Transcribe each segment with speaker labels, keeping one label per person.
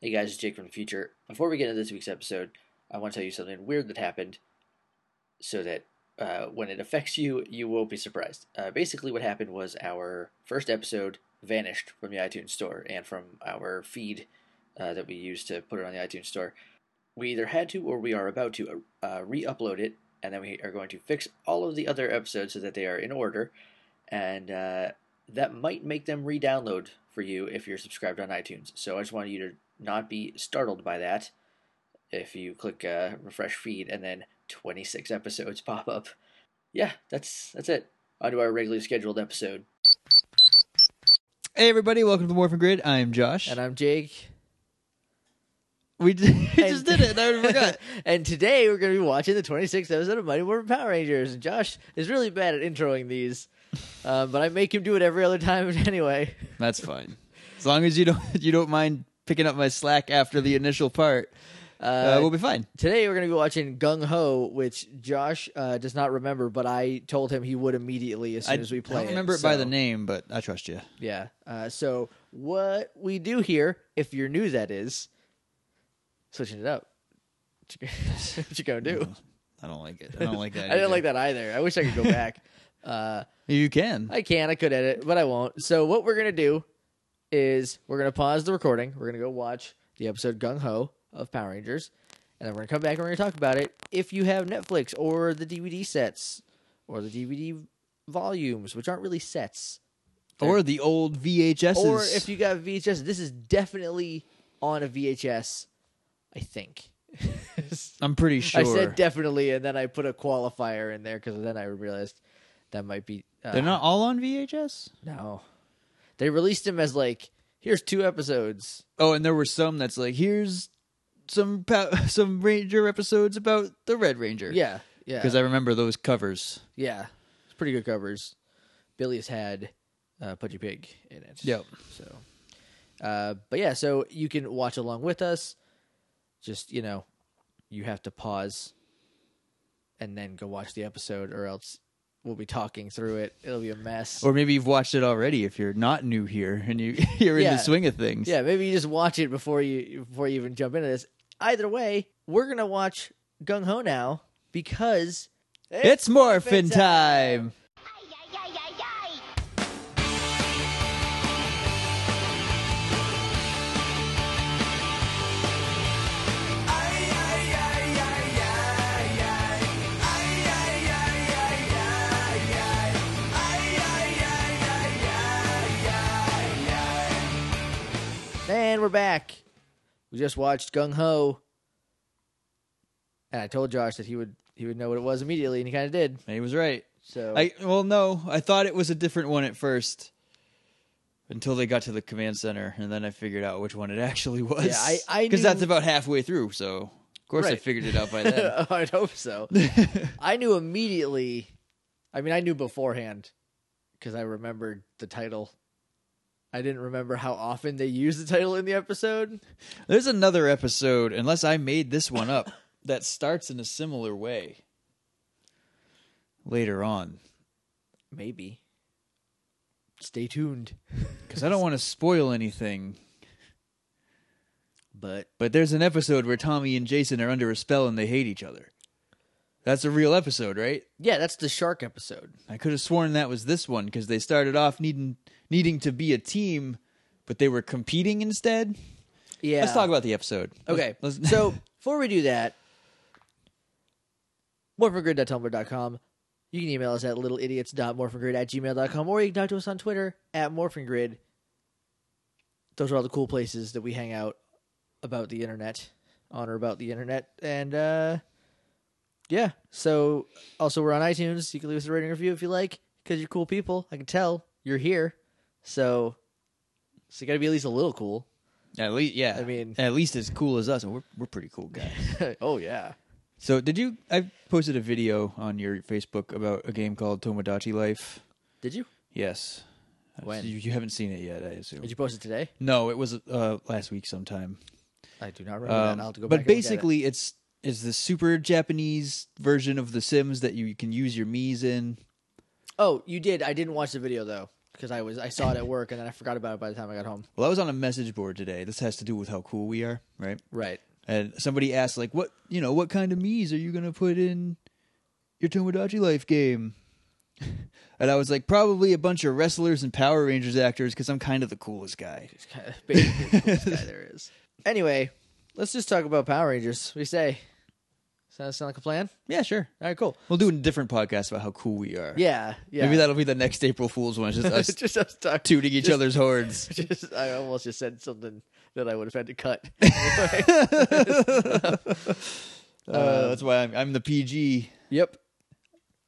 Speaker 1: Hey guys, it's Jake from the future. Before we get into this week's episode, I want to tell you something weird that happened so that uh, when it affects you, you won't be surprised. Uh, basically, what happened was our first episode vanished from the iTunes store and from our feed uh, that we used to put it on the iTunes store. We either had to or we are about to uh, re upload it, and then we are going to fix all of the other episodes so that they are in order. And uh, that might make them re download for you if you're subscribed on iTunes. So I just wanted you to not be startled by that if you click uh, refresh feed and then 26 episodes pop up. Yeah, that's that's it. Onto our regularly scheduled episode.
Speaker 2: Hey everybody, welcome to the Morphin Grid. I am Josh.
Speaker 1: And I'm Jake.
Speaker 2: we just, we just did it. I already forgot.
Speaker 1: and today we're going to be watching the 26th episode of Mighty Morphin Power Rangers. And Josh is really bad at introing these, uh, but I make him do it every other time anyway.
Speaker 2: That's fine. As long as you don't you don't mind picking up my slack after the initial part, uh, we'll be fine.
Speaker 1: Today we're going to be watching Gung Ho, which Josh uh, does not remember, but I told him he would immediately as soon as we play.
Speaker 2: don't remember it, by
Speaker 1: so-
Speaker 2: the name, but I trust you.
Speaker 1: Yeah. Uh, so what we do here, if you're new, that is switching it up. That's what you gonna do?
Speaker 2: I don't like it. I don't like that.
Speaker 1: I didn't like that either. I wish I could go back. uh,
Speaker 2: You can.
Speaker 1: I can. I could edit, but I won't. So what we're gonna do is we're gonna pause the recording. We're gonna go watch the episode Gung Ho of Power Rangers, and then we're gonna come back and we're gonna talk about it. If you have Netflix or the DVD sets or the DVD volumes, which aren't really sets,
Speaker 2: or the old VHSs.
Speaker 1: or if you got VHS, this is definitely on a VHS. I think.
Speaker 2: I'm pretty sure.
Speaker 1: I said definitely, and then I put a qualifier in there because then I realized that might be. Uh,
Speaker 2: They're not all on VHS.
Speaker 1: No, they released him as like here's two episodes.
Speaker 2: Oh, and there were some that's like here's some pa- some Ranger episodes about the Red Ranger.
Speaker 1: Yeah, yeah,
Speaker 2: because I remember those covers.
Speaker 1: yeah. It's pretty good covers. Billy's had uh, Pudgy Pig in it.
Speaker 2: Yep.
Speaker 1: So, uh, but yeah, so you can watch along with us. Just you know, you have to pause and then go watch the episode, or else we'll be talking through it. It'll be a mess.
Speaker 2: Or maybe you've watched it already if you're not new here and you, you're in
Speaker 1: Yeah.
Speaker 2: the swing of things.
Speaker 1: yeah, maybe you just watch it before you before you even jump into this. Either way, we're gonna watch Gung Ho now because
Speaker 2: It's morphin'
Speaker 1: morphin'
Speaker 2: time.
Speaker 3: Ay, ay, ay, ay, ay.
Speaker 1: And we're back. We just watched Gung Ho. And I told Josh that he would he would know what it was immediately, and he kind of did.
Speaker 2: And he was right.
Speaker 1: So
Speaker 2: I well no, I thought it was a different one at first. Until they got to the command center, and then I figured out which one it actually was.
Speaker 1: Yeah, I- I
Speaker 2: because
Speaker 1: knew-
Speaker 2: that's about halfway through. So of course I
Speaker 1: Right.
Speaker 2: figured it out by then.
Speaker 1: I'd hope so. I knew immediately. I mean, I knew beforehand because I remembered the title. I didn't remember how often they use the title in the episode.
Speaker 2: There's another episode, unless I made this one up, that starts in a similar way. Later on,
Speaker 1: Maybe. Stay tuned.
Speaker 2: because I don't want to spoil anything.
Speaker 1: But
Speaker 2: But there's an episode where Tommy and Jason are under a spell and they hate each other. That's a real episode, right?
Speaker 1: yeah, that's the shark episode.
Speaker 2: I could have sworn that was this one because they started off needing needing to be a team, but they were competing instead.
Speaker 1: Yeah.
Speaker 2: Let's talk about the episode.
Speaker 1: Okay.
Speaker 2: Let's, let's-
Speaker 1: so before we do that, morphingrid.tumblr.com. You can email us at littleidiots.morphingrid at gmail.com or you can talk to us on Twitter at morphingrid. Those are all the cool places that we hang out about the internet, on or about the internet. And uh, yeah, so also we're on iTunes. You can leave us a rating and review if you like because you're cool people. I can tell you're here. So, so you got to be at least a little cool.
Speaker 2: at least yeah.
Speaker 1: I mean-
Speaker 2: at least as cool as us, and we're we're pretty cool guys.
Speaker 1: oh, yeah.
Speaker 2: so did you? I posted a video on your Facebook about a game called Tomodachi Life.
Speaker 1: Did you?
Speaker 2: Yes.
Speaker 1: When?
Speaker 2: you, you haven't seen it yet, I assume.
Speaker 1: Did you post it today?
Speaker 2: no, it was uh, last week sometime.
Speaker 1: I do not remember
Speaker 2: Um,
Speaker 1: that. I'll have to go
Speaker 2: but
Speaker 1: back. and look at it.
Speaker 2: basically, it's it's the super Japanese version of The Sims that you can use your Mii's in.
Speaker 1: oh, you did. I didn't watch the video though. because I was I saw it at work and then I forgot about it by the time I got home.
Speaker 2: Well, I was on a message board today. This has to do with how cool we are, right?
Speaker 1: Right.
Speaker 2: And somebody asked, like, what you know, what kind of me's are you gonna put in your Tomodachi Life game? And I was like, probably a bunch of wrestlers and Power Rangers actors because I'm kind of the coolest guy.
Speaker 1: Basically, the coolest guy there is. Anyway, let's just talk about Power Rangers. We say, sound, sound like a plan?
Speaker 2: Yeah, sure.
Speaker 1: All right, cool.
Speaker 2: We'll do a different podcast about how cool we are.
Speaker 1: Yeah, yeah.
Speaker 2: Maybe that'll be the next April Fool's one. It's just us
Speaker 1: just us talking.
Speaker 2: tooting each other's horns.
Speaker 1: Just, I almost just said something that I would have had to cut.
Speaker 2: Uh, that's why I'm, I'm the PG.
Speaker 1: yep.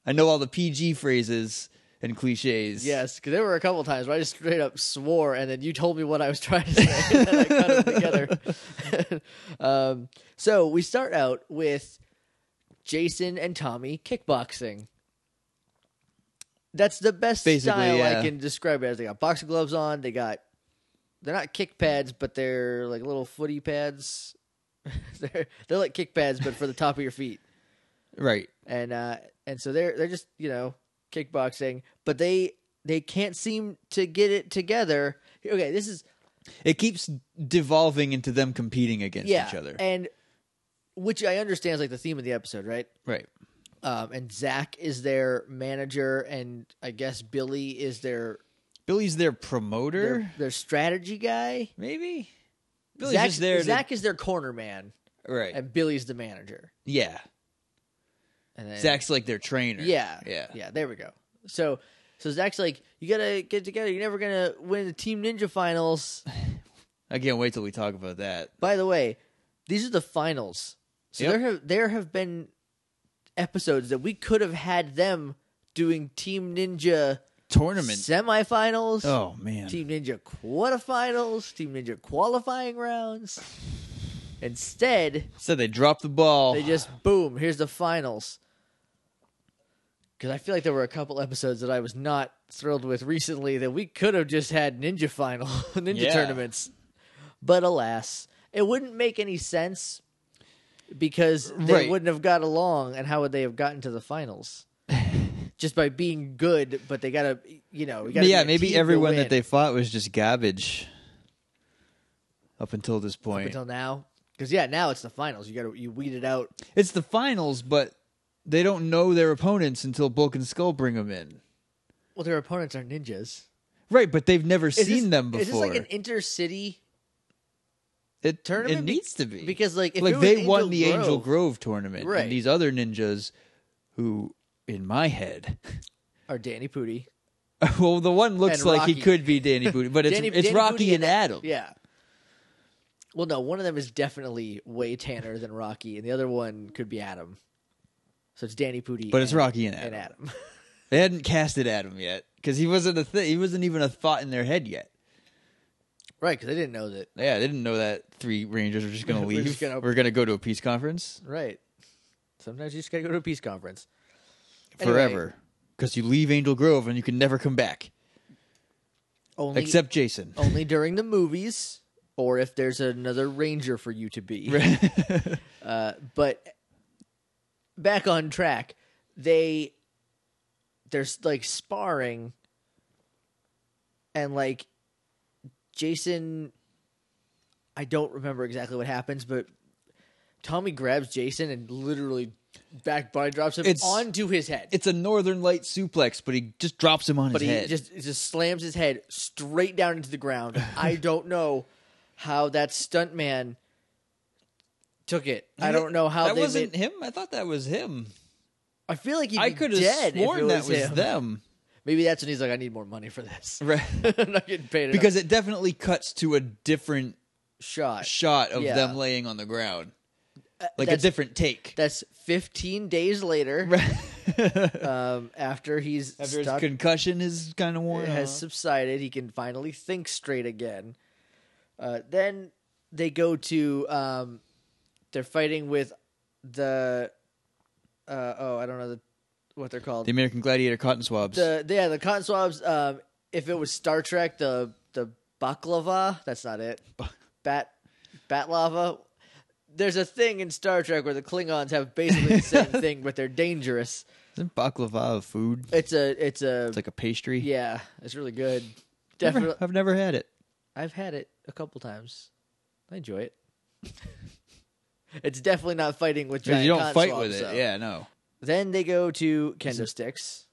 Speaker 2: I know all the PG phrases and cliches.
Speaker 1: Yes, because there were a couple times where I just straight up swore, and then you told me what I was trying to say, and I cut them together. um, so we start out with Jason and Tommy kickboxing. That's the best
Speaker 2: Basically,
Speaker 1: style
Speaker 2: yeah.
Speaker 1: I can describe it as. They got boxing gloves on. They got they're not kick pads, but they're like little footy pads. they're they're like kick pads, but for the top of your feet
Speaker 2: Right.
Speaker 1: and uh and so they're they're just you know kickboxing but they they can't seem to get it together okay this is
Speaker 2: It keeps devolving into them competing against
Speaker 1: yeah
Speaker 2: each other.
Speaker 1: and which i understand is like the theme of the episode right
Speaker 2: right.
Speaker 1: um and zach is their manager and i guess billy is their
Speaker 2: Billy's their promoter,
Speaker 1: their, their strategy guy
Speaker 2: maybe. Billy's
Speaker 1: Zach
Speaker 2: just there. to-
Speaker 1: zach is their corner man
Speaker 2: right.
Speaker 1: and billy's the manager
Speaker 2: yeah.
Speaker 1: and then
Speaker 2: Zach's like their trainer.
Speaker 1: Yeah.
Speaker 2: Yeah.
Speaker 1: Yeah. There we go. So, so Zach's like, you gotta get together. You're never gonna win the Team Ninja finals.
Speaker 2: I can't wait till we talk about that.
Speaker 1: By the way, these are the finals. So
Speaker 2: Yep.
Speaker 1: there have there have been episodes that we could have had them doing Team Ninja
Speaker 2: Tournament.
Speaker 1: semifinals,
Speaker 2: oh, man.
Speaker 1: Team Ninja quarterfinals, Team Ninja qualifying rounds. Instead,
Speaker 2: So they dropped the ball.
Speaker 1: they just boom, here's the finals. Cuz I feel like there were a couple episodes that I was not thrilled with recently that we could have just had ninja final ninja
Speaker 2: Yeah.
Speaker 1: tournaments. But alas, it wouldn't make any sense because they
Speaker 2: Right.
Speaker 1: wouldn't have got along and how would they have gotten to the finals? just by being good, but they got to, you know, you gotta be a
Speaker 2: yeah,
Speaker 1: team
Speaker 2: maybe
Speaker 1: to
Speaker 2: everyone
Speaker 1: win
Speaker 2: that they fought was just garbage up until this point.
Speaker 1: until now. Cuz yeah, now it's the finals. You got to you weed it out.
Speaker 2: It's the finals, but they don't know their opponents until Bulk and Skull bring them in.
Speaker 1: Well, their opponents are ninjas.
Speaker 2: Right, but they've never
Speaker 1: Is
Speaker 2: seen
Speaker 1: this-
Speaker 2: them before.
Speaker 1: Is this like an intercity
Speaker 2: it,
Speaker 1: tournament?
Speaker 2: It
Speaker 1: Be-
Speaker 2: needs to be
Speaker 1: because, like, if it
Speaker 2: like
Speaker 1: was
Speaker 2: they
Speaker 1: Angel
Speaker 2: won the
Speaker 1: Grove-
Speaker 2: Angel Grove tournament,
Speaker 1: Right.
Speaker 2: And these other ninjas, who in my head,
Speaker 1: or Danny Pooty?
Speaker 2: well, the one looks
Speaker 1: And
Speaker 2: like he
Speaker 1: Rocky.
Speaker 2: could be Danny Booty, but it's
Speaker 1: Danny-
Speaker 2: it's
Speaker 1: Danny
Speaker 2: Rocky
Speaker 1: Pudi
Speaker 2: and Adam.
Speaker 1: Yeah. Well, no, one of them is definitely way tanner than Rocky, and the other one could be Adam. So it's Danny Pooty,
Speaker 2: But it's
Speaker 1: and-
Speaker 2: Rocky and Adam.
Speaker 1: and Adam.
Speaker 2: They hadn't casted Adam yet because he wasn't a thi- he wasn't even a thought in their head yet.
Speaker 1: right? Because they didn't know that.
Speaker 2: Yeah, they didn't know that three Rangers were just going to
Speaker 1: We're
Speaker 2: leave.
Speaker 1: just gonna-
Speaker 2: We're going to go to a peace conference
Speaker 1: Right. Sometimes you just gotta go to a peace conference. Anyway,
Speaker 2: forever because you leave Angel Grove and you can never come back
Speaker 1: only
Speaker 2: except Jason.
Speaker 1: only during the movies, or if there's another ranger for you to be. but back on track they there's like sparring and like jason i don't remember exactly what happens but tommy grabs jason and literally back body drops him
Speaker 2: It's-
Speaker 1: onto his head
Speaker 2: it's a Northern Light suplex, but he just drops him on
Speaker 1: but
Speaker 2: his
Speaker 1: he
Speaker 2: head.
Speaker 1: just he just slams his head straight down into the ground i don't know how that stuntman took it i don't know how
Speaker 2: that
Speaker 1: they
Speaker 2: wasn't
Speaker 1: made-
Speaker 2: him. I thought that was him.
Speaker 1: i feel like he'd
Speaker 2: I
Speaker 1: be
Speaker 2: could
Speaker 1: dead
Speaker 2: have
Speaker 1: if it
Speaker 2: sworn that was
Speaker 1: him.
Speaker 2: them
Speaker 1: Maybe that's when he's like, I need more money for this.
Speaker 2: Right.
Speaker 1: I'm not getting paid enough.
Speaker 2: because it definitely cuts to a different
Speaker 1: shot.
Speaker 2: shot of
Speaker 1: Yeah. Uh,
Speaker 2: them laying on the ground, like a
Speaker 1: that's-
Speaker 2: different take.
Speaker 1: That's 15 days later. um, after he's
Speaker 2: After his Uh-huh.
Speaker 1: stuck,
Speaker 2: concussion is kind of worn
Speaker 1: has
Speaker 2: off.
Speaker 1: subsided, he can finally think straight again. Uh, then they go to um, they're fighting with the uh, oh I don't know the, what they're called
Speaker 2: The American Gladiator cotton swabs.
Speaker 1: the yeah the cotton swabs. Um, if it was Star Trek, the the baklava. That's not it. Bat bat lava. There's a thing in Star Trek where the Klingons have basically the same thing, but they're dangerous.
Speaker 2: Isn't baklava a food?
Speaker 1: It's a it's a
Speaker 2: It's like a pastry.
Speaker 1: yeah, it's really good.
Speaker 2: Never-
Speaker 1: Definitely,
Speaker 2: I've never had it.
Speaker 1: I've had it a couple times. I enjoy it. it's definitely not fighting with
Speaker 2: 'Cause
Speaker 1: giant.
Speaker 2: you don't
Speaker 1: cotton
Speaker 2: fight
Speaker 1: swabs,
Speaker 2: with it.
Speaker 1: though.
Speaker 2: Yeah, no.
Speaker 1: Then they go to kendo
Speaker 2: it-
Speaker 1: sticks,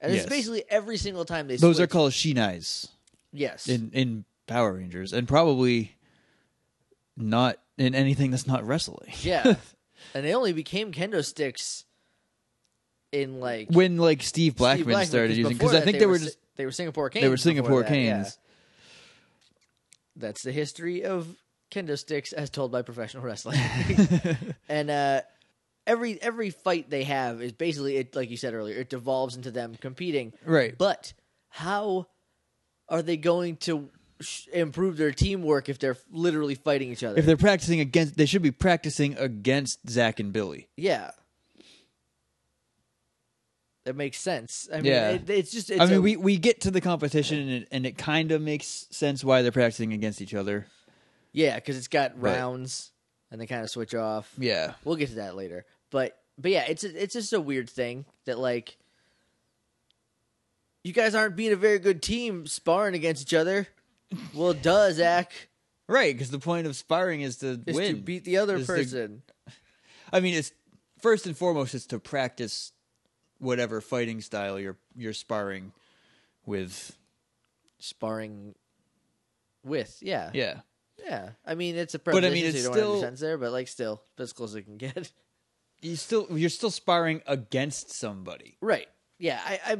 Speaker 1: and
Speaker 2: Yes.
Speaker 1: it's basically every single time they
Speaker 2: Those are
Speaker 1: switch-
Speaker 2: called shinais
Speaker 1: yes
Speaker 2: in in Power Rangers, and probably not in anything that's not wrestling.
Speaker 1: yeah, and they only became kendo sticks in like
Speaker 2: When like Steve
Speaker 1: Steve
Speaker 2: Blackman, started using, because I
Speaker 1: before
Speaker 2: think
Speaker 1: that
Speaker 2: they, were
Speaker 1: Si-
Speaker 2: just
Speaker 1: they were Singapore canes.
Speaker 2: they were
Speaker 1: before
Speaker 2: Singapore
Speaker 1: that, yeah.
Speaker 2: canes.
Speaker 1: That's the history of kendo sticks as told by professional wrestling. and uh, every every fight they have is basically it, like you said earlier, it devolves into them competing.
Speaker 2: Right.
Speaker 1: But how are they going to sh- improve their teamwork if they're literally fighting each other?
Speaker 2: If they're practicing against, they should be practicing against Zach and Billy.
Speaker 1: yeah. That makes sense. I mean,
Speaker 2: Yeah.
Speaker 1: it, it's just. It's
Speaker 2: I mean,
Speaker 1: a-
Speaker 2: we, we get to the competition, and it, and it kind of makes sense why they're practicing against each other.
Speaker 1: Yeah, because it's got rounds and they kind of switch off.
Speaker 2: Yeah,
Speaker 1: We'll get to that later. But but yeah, it's a, it's just a weird thing that like you guys aren't being a very good team sparring against each other. Well, duh, Zach
Speaker 2: right. Because the point of sparring is to
Speaker 1: is
Speaker 2: win,
Speaker 1: to beat the other
Speaker 2: Is to-
Speaker 1: person.
Speaker 2: I mean, it's first and foremost it's to practice whatever fighting style you're you're sparring with.
Speaker 1: Sparring with yeah
Speaker 2: Yeah,
Speaker 1: yeah. I mean, it's a
Speaker 2: I mean,
Speaker 1: preposition, so you
Speaker 2: it's
Speaker 1: don't have
Speaker 2: still-
Speaker 1: any sense there, but like still, that's as close as it can get.
Speaker 2: you still you're still sparring against somebody.
Speaker 1: Right. Yeah. I, I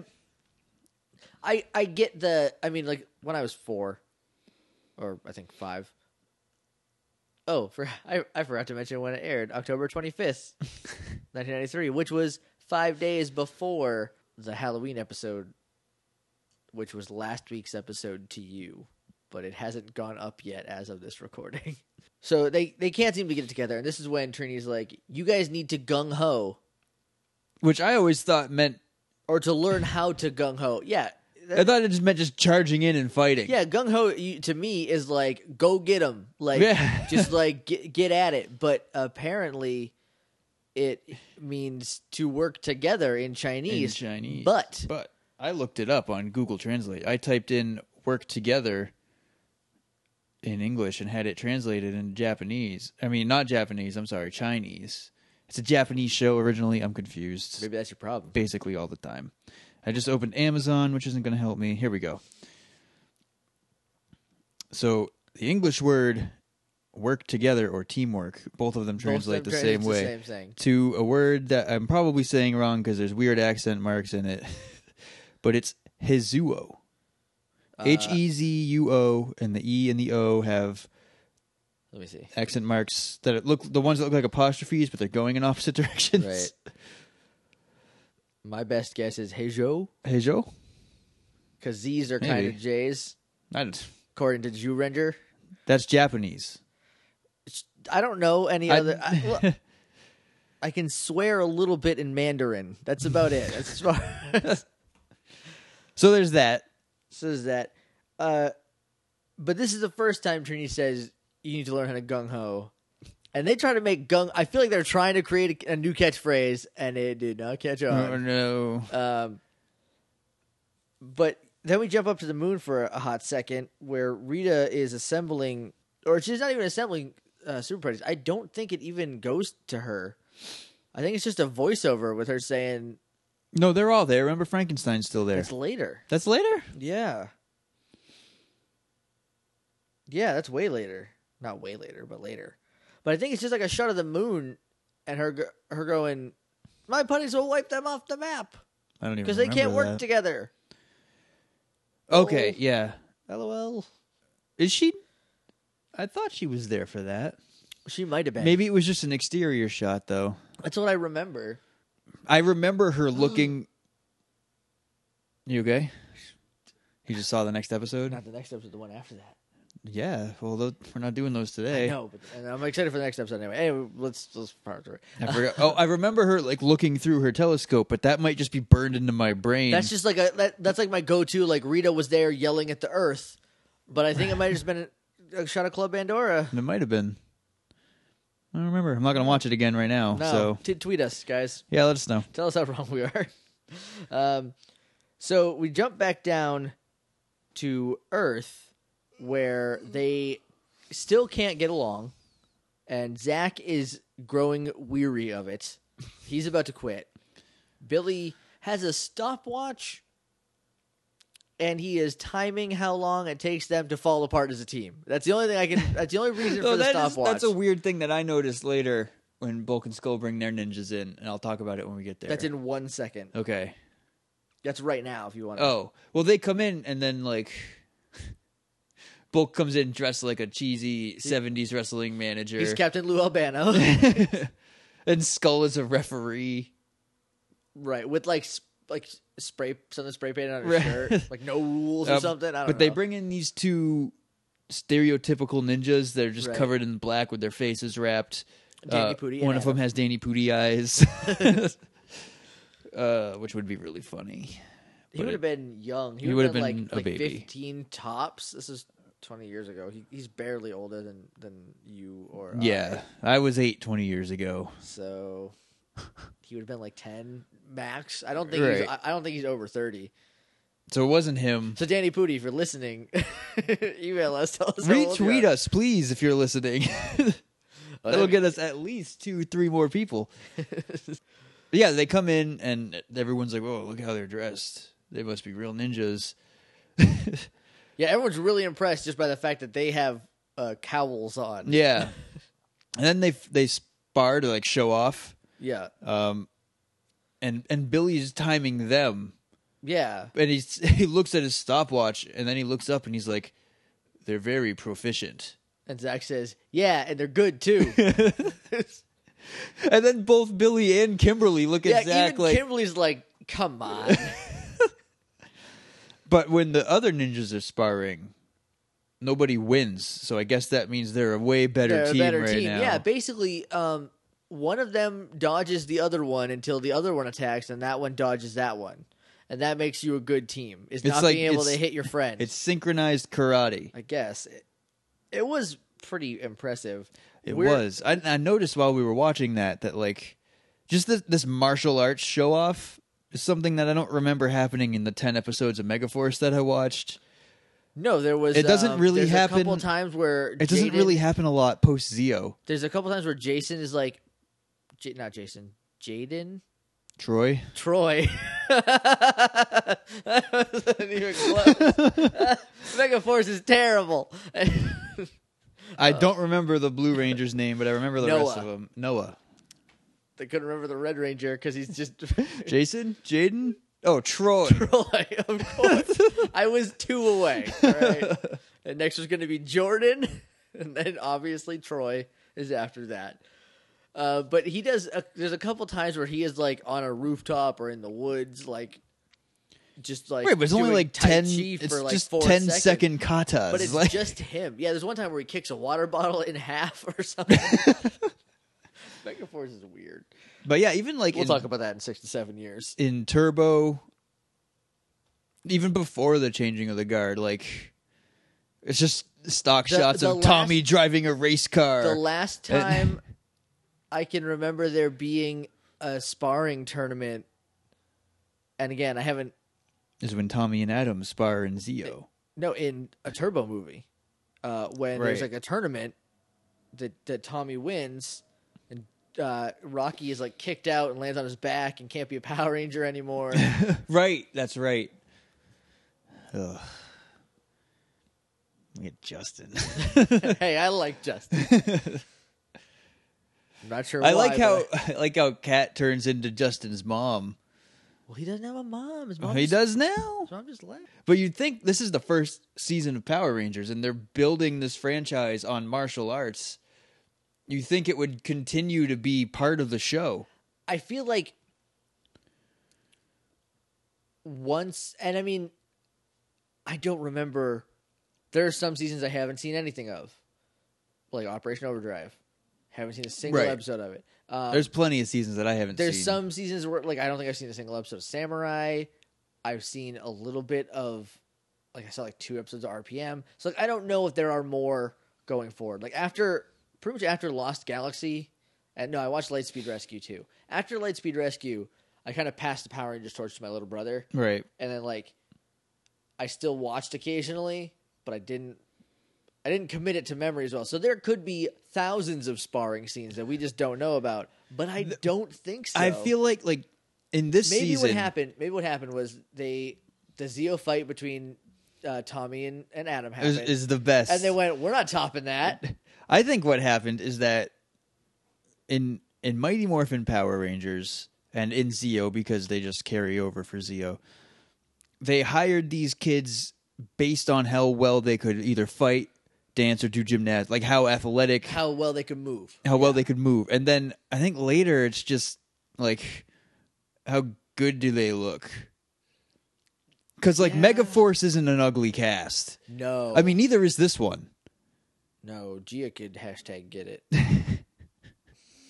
Speaker 1: I I get the. I mean, like when I was four, or I think five. Oh, for I I forgot to mention when it aired, October twenty fifth, nineteen ninety three, which was five days before the Halloween episode, which was last week's episode to you, but it hasn't gone up yet as of this recording. So they they can't seem to get it together, and this is when Trini's like, "You guys need to gung ho
Speaker 2: Which I always thought meant
Speaker 1: or to learn how to gung ho. Yeah, that-
Speaker 2: I thought it just meant just charging in and fighting.
Speaker 1: yeah, gung ho to me is like go get them, like
Speaker 2: Yeah.
Speaker 1: just like get, get at it. But apparently, it means to work together in
Speaker 2: in
Speaker 1: Chinese.
Speaker 2: Chinese.
Speaker 1: but
Speaker 2: but I looked it up on Google Translate. I typed in "work together" in English and had it translated in Japanese. I mean, not Japanese. I'm sorry, Chinese. It's a Japanese show originally. I'm confused.
Speaker 1: maybe that's your problem.
Speaker 2: basically all the time. I just opened Amazon, which isn't going to help me. Here we go. So the English word work together or teamwork, both of them
Speaker 1: Both of
Speaker 2: translate
Speaker 1: them
Speaker 2: the
Speaker 1: translate
Speaker 2: same
Speaker 1: to
Speaker 2: way
Speaker 1: same thing.
Speaker 2: to a word that I'm probably saying wrong because there's weird accent marks in it, but it's Hezuo.
Speaker 1: Uh,
Speaker 2: H E Z U O, and the E and the O have
Speaker 1: Let me see.
Speaker 2: accent marks that look the ones that look like apostrophes, but they're going in opposite directions.
Speaker 1: Right. My best guess is Heijo
Speaker 2: Hejo?
Speaker 1: because Z's are kind
Speaker 2: Maybe.
Speaker 1: of J's
Speaker 2: I don't-
Speaker 1: according to Jew Render.
Speaker 2: That's Japanese.
Speaker 1: I don't know any
Speaker 2: I-
Speaker 1: other. I, well, I can swear a little bit in Mandarin. That's about it. That's as far.
Speaker 2: So there's that.
Speaker 1: says that. Uh, but this is the first time Trini says you need to learn how to gung ho, and they try to make gung. I feel like they're trying to create a, a new catchphrase, and it did not catch
Speaker 2: Oh
Speaker 1: on.
Speaker 2: no.
Speaker 1: Um, but then we jump up to the moon for a, a hot second, where Rita is assembling, or she's not even assembling uh, super parties. I don't think it even goes to her. I think it's just a voiceover with her saying
Speaker 2: No, they're all there. Remember Frankenstein's still there.
Speaker 1: it's later.
Speaker 2: That's later?
Speaker 1: Yeah. Yeah, that's way later. Not way later, but later. But I think it's just like a shot of the moon, and her go- her going, "My putties will wipe them off the map
Speaker 2: I don't even
Speaker 1: because they can't
Speaker 2: remember
Speaker 1: work
Speaker 2: that.
Speaker 1: together."
Speaker 2: Okay, yeah.
Speaker 1: LOL.
Speaker 2: Is she I thought she was there for that.
Speaker 1: She might have been.
Speaker 2: Maybe it was just an exterior shot though.
Speaker 1: that's what I remember.
Speaker 2: I remember her looking You okay? You just saw the next episode?
Speaker 1: Not the next episode, the one after that.
Speaker 2: Yeah. Well, tho- we're not doing those
Speaker 1: I
Speaker 2: today.
Speaker 1: know, but and I'm excited for the next episode anyway. Anyway, let's let's power through it.
Speaker 2: I forgot. Oh, I remember her like looking through her telescope, but that might just be burned into my brain.
Speaker 1: That's just like a that, that's like my go-to. Like Rita was there yelling at the Earth, but I think it might have just been a, a shot of Club Pandora.
Speaker 2: It might have been. I don't remember. I'm not gonna watch it again right now.
Speaker 1: No,
Speaker 2: So
Speaker 1: t- tweet us, guys.
Speaker 2: yeah, let us know.
Speaker 1: Tell us how wrong we are. um, so we jump back down to Earth, where they still can't get along, and Zach is growing weary of it. He's about to quit. Billy has a stopwatch, and he is timing how long it takes them to fall apart as a team. That's the only thing I can. That's the only reason for the stopwatch.
Speaker 2: that's a weird thing that I noticed later when Bulk and Skull bring their ninjas in, and I'll talk about it when we get there.
Speaker 1: That's in one second.
Speaker 2: okay.
Speaker 1: That's right now, if you want.
Speaker 2: Oh, well, they come in and then like Bulk comes in dressed like a cheesy '70s wrestling manager,
Speaker 1: he's Captain Lou Albano.
Speaker 2: and Skull is a referee.
Speaker 1: Right, with like sp- like spray something spray painted on her
Speaker 2: Right.
Speaker 1: shirt, like no rules or
Speaker 2: Um,
Speaker 1: something. I don't
Speaker 2: but they
Speaker 1: know.
Speaker 2: bring in these two stereotypical ninjas that are just
Speaker 1: Right.
Speaker 2: covered in black with their faces wrapped. Uh,
Speaker 1: Danny Pudi and
Speaker 2: one of them
Speaker 1: Adam.
Speaker 2: has Danny Pudi eyes, uh, which would be really funny.
Speaker 1: he would have been young. He,
Speaker 2: he
Speaker 1: would have
Speaker 2: would've
Speaker 1: been,
Speaker 2: been
Speaker 1: like,
Speaker 2: a
Speaker 1: like
Speaker 2: baby.
Speaker 1: fifteen tops. This is twenty years ago. He, he's barely older than than you or I.
Speaker 2: Yeah, I was eight 20 years ago.
Speaker 1: So he would have been like ten max. I don't think he's,
Speaker 2: Right.
Speaker 1: I, I don't think he's over thirty.
Speaker 2: So it wasn't him.
Speaker 1: So Danny Pudi, if you're listening, email us. Tell us
Speaker 2: Retweet us, please, if you're listening. That'll
Speaker 1: that'd be
Speaker 2: get us at least two, three more people. But yeah, they come in and everyone's like, "Whoa, look how they're dressed! They must be real ninjas."
Speaker 1: Yeah, everyone's really impressed just by the fact that they have uh, cowls on.
Speaker 2: Yeah, and then they they spar to like show off,
Speaker 1: yeah,
Speaker 2: um, and and Billy's timing them,
Speaker 1: yeah.
Speaker 2: and he's he looks at his stopwatch, and then he looks up and he's like, "They're very proficient."
Speaker 1: And Zach says, "Yeah, and they're good too."
Speaker 2: And then both Billy and Kimberly look at
Speaker 1: yeah,
Speaker 2: Zach
Speaker 1: even
Speaker 2: like,
Speaker 1: Kimberly's like, "Come on."
Speaker 2: But when the other ninjas are sparring, nobody wins. So I guess that means they're a way better
Speaker 1: They're a
Speaker 2: team
Speaker 1: better
Speaker 2: right
Speaker 1: team.
Speaker 2: now.
Speaker 1: Yeah, basically, um, one of them dodges the other one until the other one attacks, and that one dodges that one, and that makes you a good team. Is
Speaker 2: It's
Speaker 1: not
Speaker 2: like-
Speaker 1: being able
Speaker 2: it's-
Speaker 1: to hit your friend.
Speaker 2: it's synchronized karate.
Speaker 1: I guess it, it was pretty impressive.
Speaker 2: It
Speaker 1: We're-
Speaker 2: was. I, I noticed while we were watching that that like just this, this martial arts show off is something that I don't remember happening in the ten episodes of Megaforce that I watched.
Speaker 1: no. There was.
Speaker 2: It doesn't
Speaker 1: um,
Speaker 2: really
Speaker 1: there's A couple
Speaker 2: happen-
Speaker 1: times where
Speaker 2: It doesn't
Speaker 1: Jaden-
Speaker 2: really happen a lot post Zeo.
Speaker 1: There's a couple times where Jason is like, J- not Jason, Jaden.
Speaker 2: Troy.
Speaker 1: Troy. that wasn't even close. Mega Force is terrible.
Speaker 2: I don't remember the Blue Ranger's name, but I remember the rest
Speaker 1: Uh. Noah.
Speaker 2: of them. Noah.
Speaker 1: they couldn't remember the Red Ranger because he's just
Speaker 2: Jason? Jaden? Oh, Troy.
Speaker 1: Troy. Of course, I was two away. All right, and next was going to be Jordan, and then obviously Troy is after that. Uh, but he does. A, there's a couple times where he is like on a rooftop or in the woods, like just like
Speaker 2: Wait, but it's only
Speaker 1: doing
Speaker 2: like
Speaker 1: Tai
Speaker 2: ten.
Speaker 1: Chi
Speaker 2: it's
Speaker 1: for, like,
Speaker 2: just
Speaker 1: four
Speaker 2: ten
Speaker 1: seconds.
Speaker 2: second katas.
Speaker 1: But it's
Speaker 2: like,
Speaker 1: just him. Yeah, there's one time where he kicks a water bottle in half or something. Megaforce is weird.
Speaker 2: but yeah, even like
Speaker 1: We'll
Speaker 2: in,
Speaker 1: talk about that in six to seven years.
Speaker 2: in Turbo, even before the changing of the guard, like it's just stock
Speaker 1: The-
Speaker 2: shots
Speaker 1: the
Speaker 2: of
Speaker 1: last-
Speaker 2: Tommy driving a race car.
Speaker 1: The last
Speaker 2: And-
Speaker 1: time I can remember there being a sparring tournament, and again, I haven't.
Speaker 2: is when Tommy and Adam spar in Zio.
Speaker 1: No, in a Turbo movie, uh, when there's
Speaker 2: Right.
Speaker 1: like a tournament that that Tommy wins, and uh, Rocky is like kicked out and lands on his back and can't be a Power Ranger anymore.
Speaker 2: Right, that's right. Ugh. Look at Justin.
Speaker 1: hey, I like Justin. I'm not sure.
Speaker 2: I
Speaker 1: why,
Speaker 2: like how
Speaker 1: but-
Speaker 2: I like how Kat turns into Justin's mom.
Speaker 1: well he doesn't have a mom. His
Speaker 2: Oh,
Speaker 1: mom.
Speaker 2: he
Speaker 1: just,
Speaker 2: does now.
Speaker 1: His mom just left.
Speaker 2: But you'd think this is the first season of Power Rangers and they're building this franchise on martial arts. You think it would continue to be part of the show.
Speaker 1: I feel like once, and I mean, I don't remember. There are some seasons I haven't seen anything of, like Operation Overdrive. Haven't seen a single
Speaker 2: Right.
Speaker 1: episode of it. Um,
Speaker 2: There's plenty of seasons that I haven't
Speaker 1: there's
Speaker 2: seen.
Speaker 1: some seasons where like I don't think I've seen a single episode of Samurai. I've seen a little bit of like I saw like two episodes of RPM. So like I don't know if there are more going forward. Like after pretty much after Lost Galaxy, and no, I watched Lightspeed Rescue too. After Lightspeed Rescue, I kind of passed the Power Rangers torch to my little brother,
Speaker 2: Right.
Speaker 1: and then like, I still watched occasionally, but I didn't. I didn't commit it to memory as well. So there could be thousands of sparring scenes that we just don't know about, but I don't think so.
Speaker 2: I feel like like in this
Speaker 1: maybe
Speaker 2: season,
Speaker 1: what happened maybe what happened was they the Zeo fight between uh, Tommy and, and Adam
Speaker 2: is,
Speaker 1: happened.
Speaker 2: is the best.
Speaker 1: and they went, We're not topping that.
Speaker 2: I think what happened is that in in Mighty Morphin Power Rangers and in Zeo because they just carry over for Zeo, they hired these kids based on how well they could either fight, dance, or do gymnastics, like how athletic,
Speaker 1: How well they could move.
Speaker 2: how well they could move. And then I think later it's just like how good do they look? Because like Megaforce isn't an ugly cast.
Speaker 1: No.
Speaker 2: I mean, neither is this one.
Speaker 1: No, Gia could hashtag get it.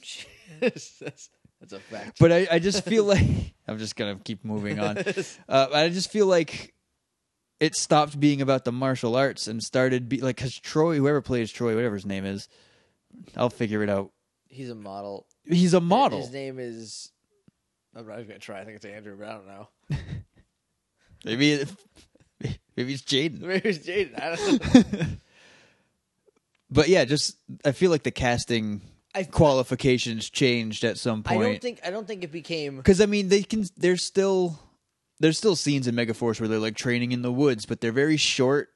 Speaker 1: Jeez, that's, that's a fact.
Speaker 2: but I, I just feel like I'm just gonna keep moving on. Uh, I just feel like it stopped being about the martial arts and started be like because Troy, whoever plays Troy, whatever his name is, I'll figure it out.
Speaker 1: He's a model.
Speaker 2: He's a model.
Speaker 1: His name is I'm not even gonna try. I think it's Andrew, but I don't know.
Speaker 2: Maybe it, maybe it's Jaden.
Speaker 1: Maybe it's Jaden. I don't know.
Speaker 2: But yeah, just I feel like the casting
Speaker 1: I-
Speaker 2: qualifications changed at some
Speaker 1: I don't
Speaker 2: point.
Speaker 1: think I don't think it became
Speaker 2: Because I mean, they can. There's still there's still scenes in Megaforce where they're like training in the woods, but they're very short.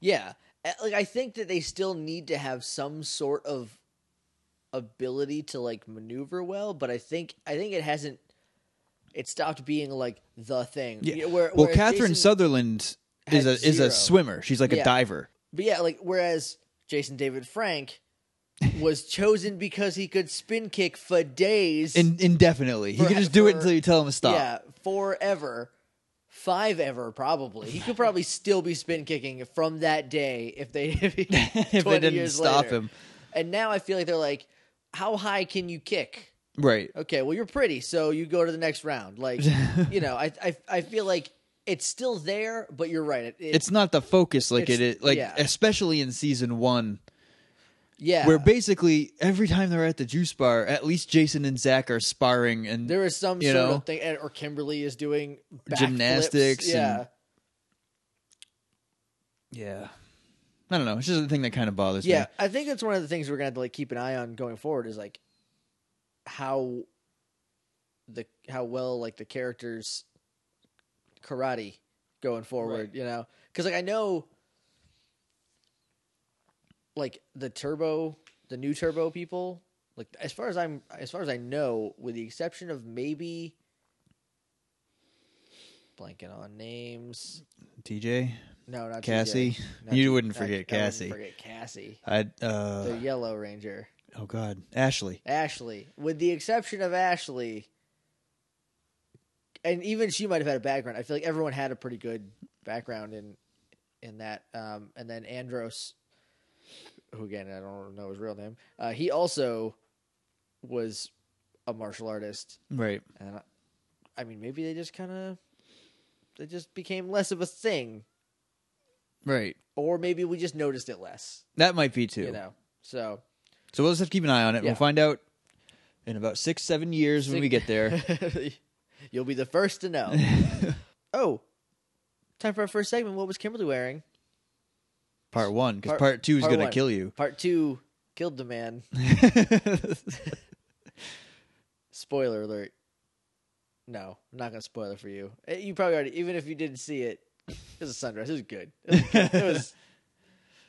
Speaker 1: Yeah. Uh, Like I think that they still need to have some sort of ability to like maneuver well, but I think I think it hasn't it stopped being like the thing. You know, where-
Speaker 2: well,
Speaker 1: whereas
Speaker 2: Catherine
Speaker 1: Jason-
Speaker 2: Sutherland
Speaker 1: had
Speaker 2: is a is
Speaker 1: zero.
Speaker 2: a swimmer. She's like
Speaker 1: Yeah.
Speaker 2: a diver.
Speaker 1: But yeah, like whereas Jason David Frank was chosen because he could spin kick for days.
Speaker 2: In, indefinitely, he
Speaker 1: For-
Speaker 2: can just do it
Speaker 1: for-
Speaker 2: until you tell him to stop.
Speaker 1: Yeah, forever. Five ever probably. He could probably still be spin kicking from that day if they if, he,
Speaker 2: if they
Speaker 1: 20
Speaker 2: didn't
Speaker 1: years
Speaker 2: stop
Speaker 1: later.
Speaker 2: him,
Speaker 1: And now I feel like they're like, how high can you kick?
Speaker 2: right?
Speaker 1: Okay, well you're pretty, so you go to the next round. Like, you know, I I I feel like it's still there, but you're right. It, it-
Speaker 2: It's not the focus like it
Speaker 1: It's-
Speaker 2: is, like
Speaker 1: yeah.
Speaker 2: especially in season one,
Speaker 1: yeah.
Speaker 2: where basically every time they're at the juice bar, at least Jason and Zach are sparring and
Speaker 1: there is some
Speaker 2: you
Speaker 1: sort
Speaker 2: know.
Speaker 1: of thing, and- or Kimberly is doing backflips.
Speaker 2: Gymnastics and-
Speaker 1: Yeah,
Speaker 2: yeah. I don't know. It's just the thing that kind of bothers
Speaker 1: yeah.
Speaker 2: me.
Speaker 1: I think that's one of the things we're gonna have to like keep an eye on going forward is like how the how well like the characters karate going forward.
Speaker 2: Right.
Speaker 1: You know, because like I know like the turbo the new turbo people like as far as i'm as far as i know with the exception of maybe blanking on names
Speaker 2: TJ,
Speaker 1: no not TJ.
Speaker 2: Cassie?
Speaker 1: Not
Speaker 2: You
Speaker 1: T-
Speaker 2: wouldn't
Speaker 1: not-
Speaker 2: forget
Speaker 1: I wouldn't
Speaker 2: Cassie.
Speaker 1: forget cassie
Speaker 2: I
Speaker 1: the
Speaker 2: uh
Speaker 1: yellow ranger
Speaker 2: oh god, Ashley.
Speaker 1: ashley with the exception of ashley and even she might have had a background i feel like everyone had a pretty good background in in that um and then andros who again i don't know his real name uh he also was a martial artist
Speaker 2: Right.
Speaker 1: and I, I mean maybe they just kind of they just became less of a thing
Speaker 2: Right.
Speaker 1: or maybe we just noticed it less
Speaker 2: That might be too.
Speaker 1: you know so
Speaker 2: So we'll just have to keep an eye on it.
Speaker 1: Yeah.
Speaker 2: We'll find out in about six, seven years when we get there.
Speaker 1: You'll be the first to know. oh, time for our first segment. What was Kimberly wearing?
Speaker 2: part one, because
Speaker 1: Part-
Speaker 2: part, two is
Speaker 1: part
Speaker 2: going to
Speaker 1: one.
Speaker 2: kill you.
Speaker 1: Part two killed the man. Spoiler alert. No, I'm not gonna spoil it for you. Eh, You probably already, even if you didn't see it, it was a sundress. It was good. It was, good. It was,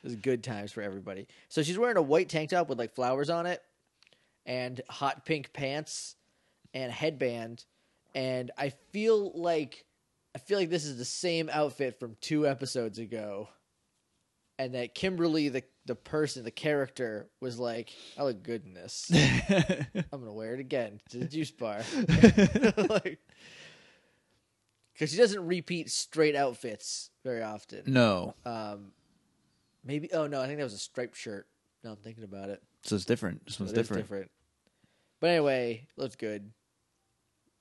Speaker 1: it was good times for everybody. So she's wearing a white tank top with like flowers on it, and hot pink pants, and a headband, and I feel like I feel like this is the same outfit from two episodes ago, and that Kimberly, the the person, the character, was like, "Oh, "I look good in this." I'm gonna wear it again to the juice bar, like, because she doesn't repeat straight outfits very often.
Speaker 2: no.
Speaker 1: Um, maybe oh no, I think that was a striped shirt. Now I'm thinking about it.
Speaker 2: So it's different. This one's
Speaker 1: It is
Speaker 2: different.
Speaker 1: But anyway, looks good.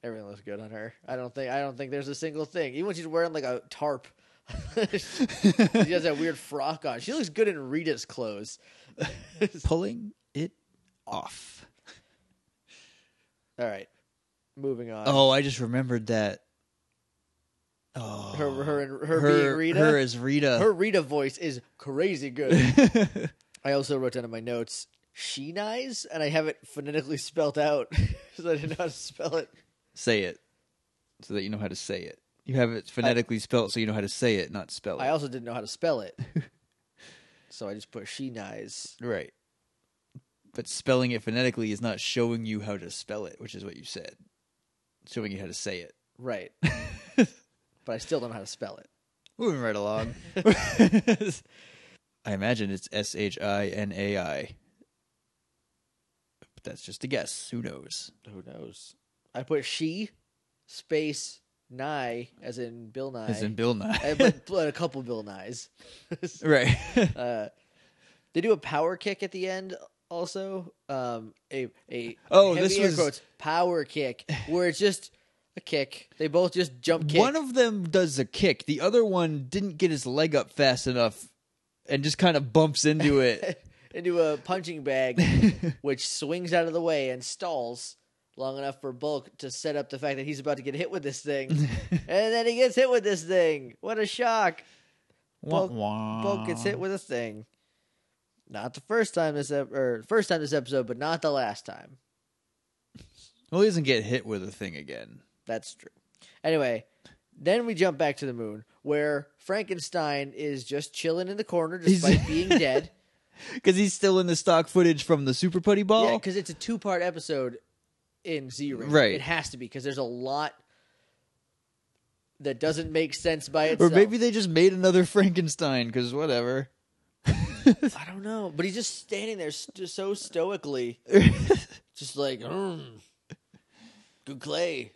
Speaker 1: Everything looks good on her. I don't think I don't think there's a single thing. Even when she's wearing like a tarp she has that weird frock on. She looks good in Rita's clothes.
Speaker 2: Pulling it off.
Speaker 1: All right, moving on.
Speaker 2: Oh, I just remembered that. Oh,
Speaker 1: her, her, and her, being Rita.
Speaker 2: her is uh, Rita.
Speaker 1: her Rita voice is crazy good. I also wrote down in my notes she knives, and I have it phonetically spelled out because I didn't know how to spell it.
Speaker 2: say it, so that you know how to say it. You have it phonetically spelled, so you know how to say it, not spell it.
Speaker 1: I also didn't know how to spell it, so I just put she knives.
Speaker 2: right. But spelling it phonetically is not showing you how to spell it, which is what you said. It's showing you how to say it.
Speaker 1: Right, but I still don't know how to spell it.
Speaker 2: Moving right along. I imagine it's S H I N A I. But that's just a guess. Who knows?
Speaker 1: Who knows? I put she space nye as in Bill Nye.
Speaker 2: As in Bill Nye.
Speaker 1: I put, put a couple Bill Nyes.
Speaker 2: right.
Speaker 1: Uh, they do a power kick at the end. Also, um, a a
Speaker 2: Oh,
Speaker 1: heavy
Speaker 2: this
Speaker 1: air
Speaker 2: was-
Speaker 1: quotes, power kick where it's just a kick. They both just jump kick.
Speaker 2: One of them does a kick. The other one didn't get his leg up fast enough and just kind of bumps into it.
Speaker 1: into a punching bag, which swings out of the way and stalls long enough for Bulk to set up the fact that he's about to get hit with this thing. and then he gets hit with this thing. What a shock. Bulk- Bulk gets hit with a thing. Not the first time this ep- or first time this episode, but not the last time.
Speaker 2: Well, he doesn't get hit with a thing again.
Speaker 1: That's true. Anyway, then we jump back to the moon where Frankenstein is just chilling in the corner
Speaker 2: He's-
Speaker 1: despite being dead.
Speaker 2: Because he's still in the stock footage from the Super Putty Ball.
Speaker 1: Yeah, because it's a two part episode in zero.
Speaker 2: Right.
Speaker 1: It has to be because there's a lot that doesn't make sense by
Speaker 2: or
Speaker 1: itself.
Speaker 2: maybe they just made another Frankenstein, because whatever.
Speaker 1: I don't know, but he's just standing there s- just so stoically, just like mm, good clay.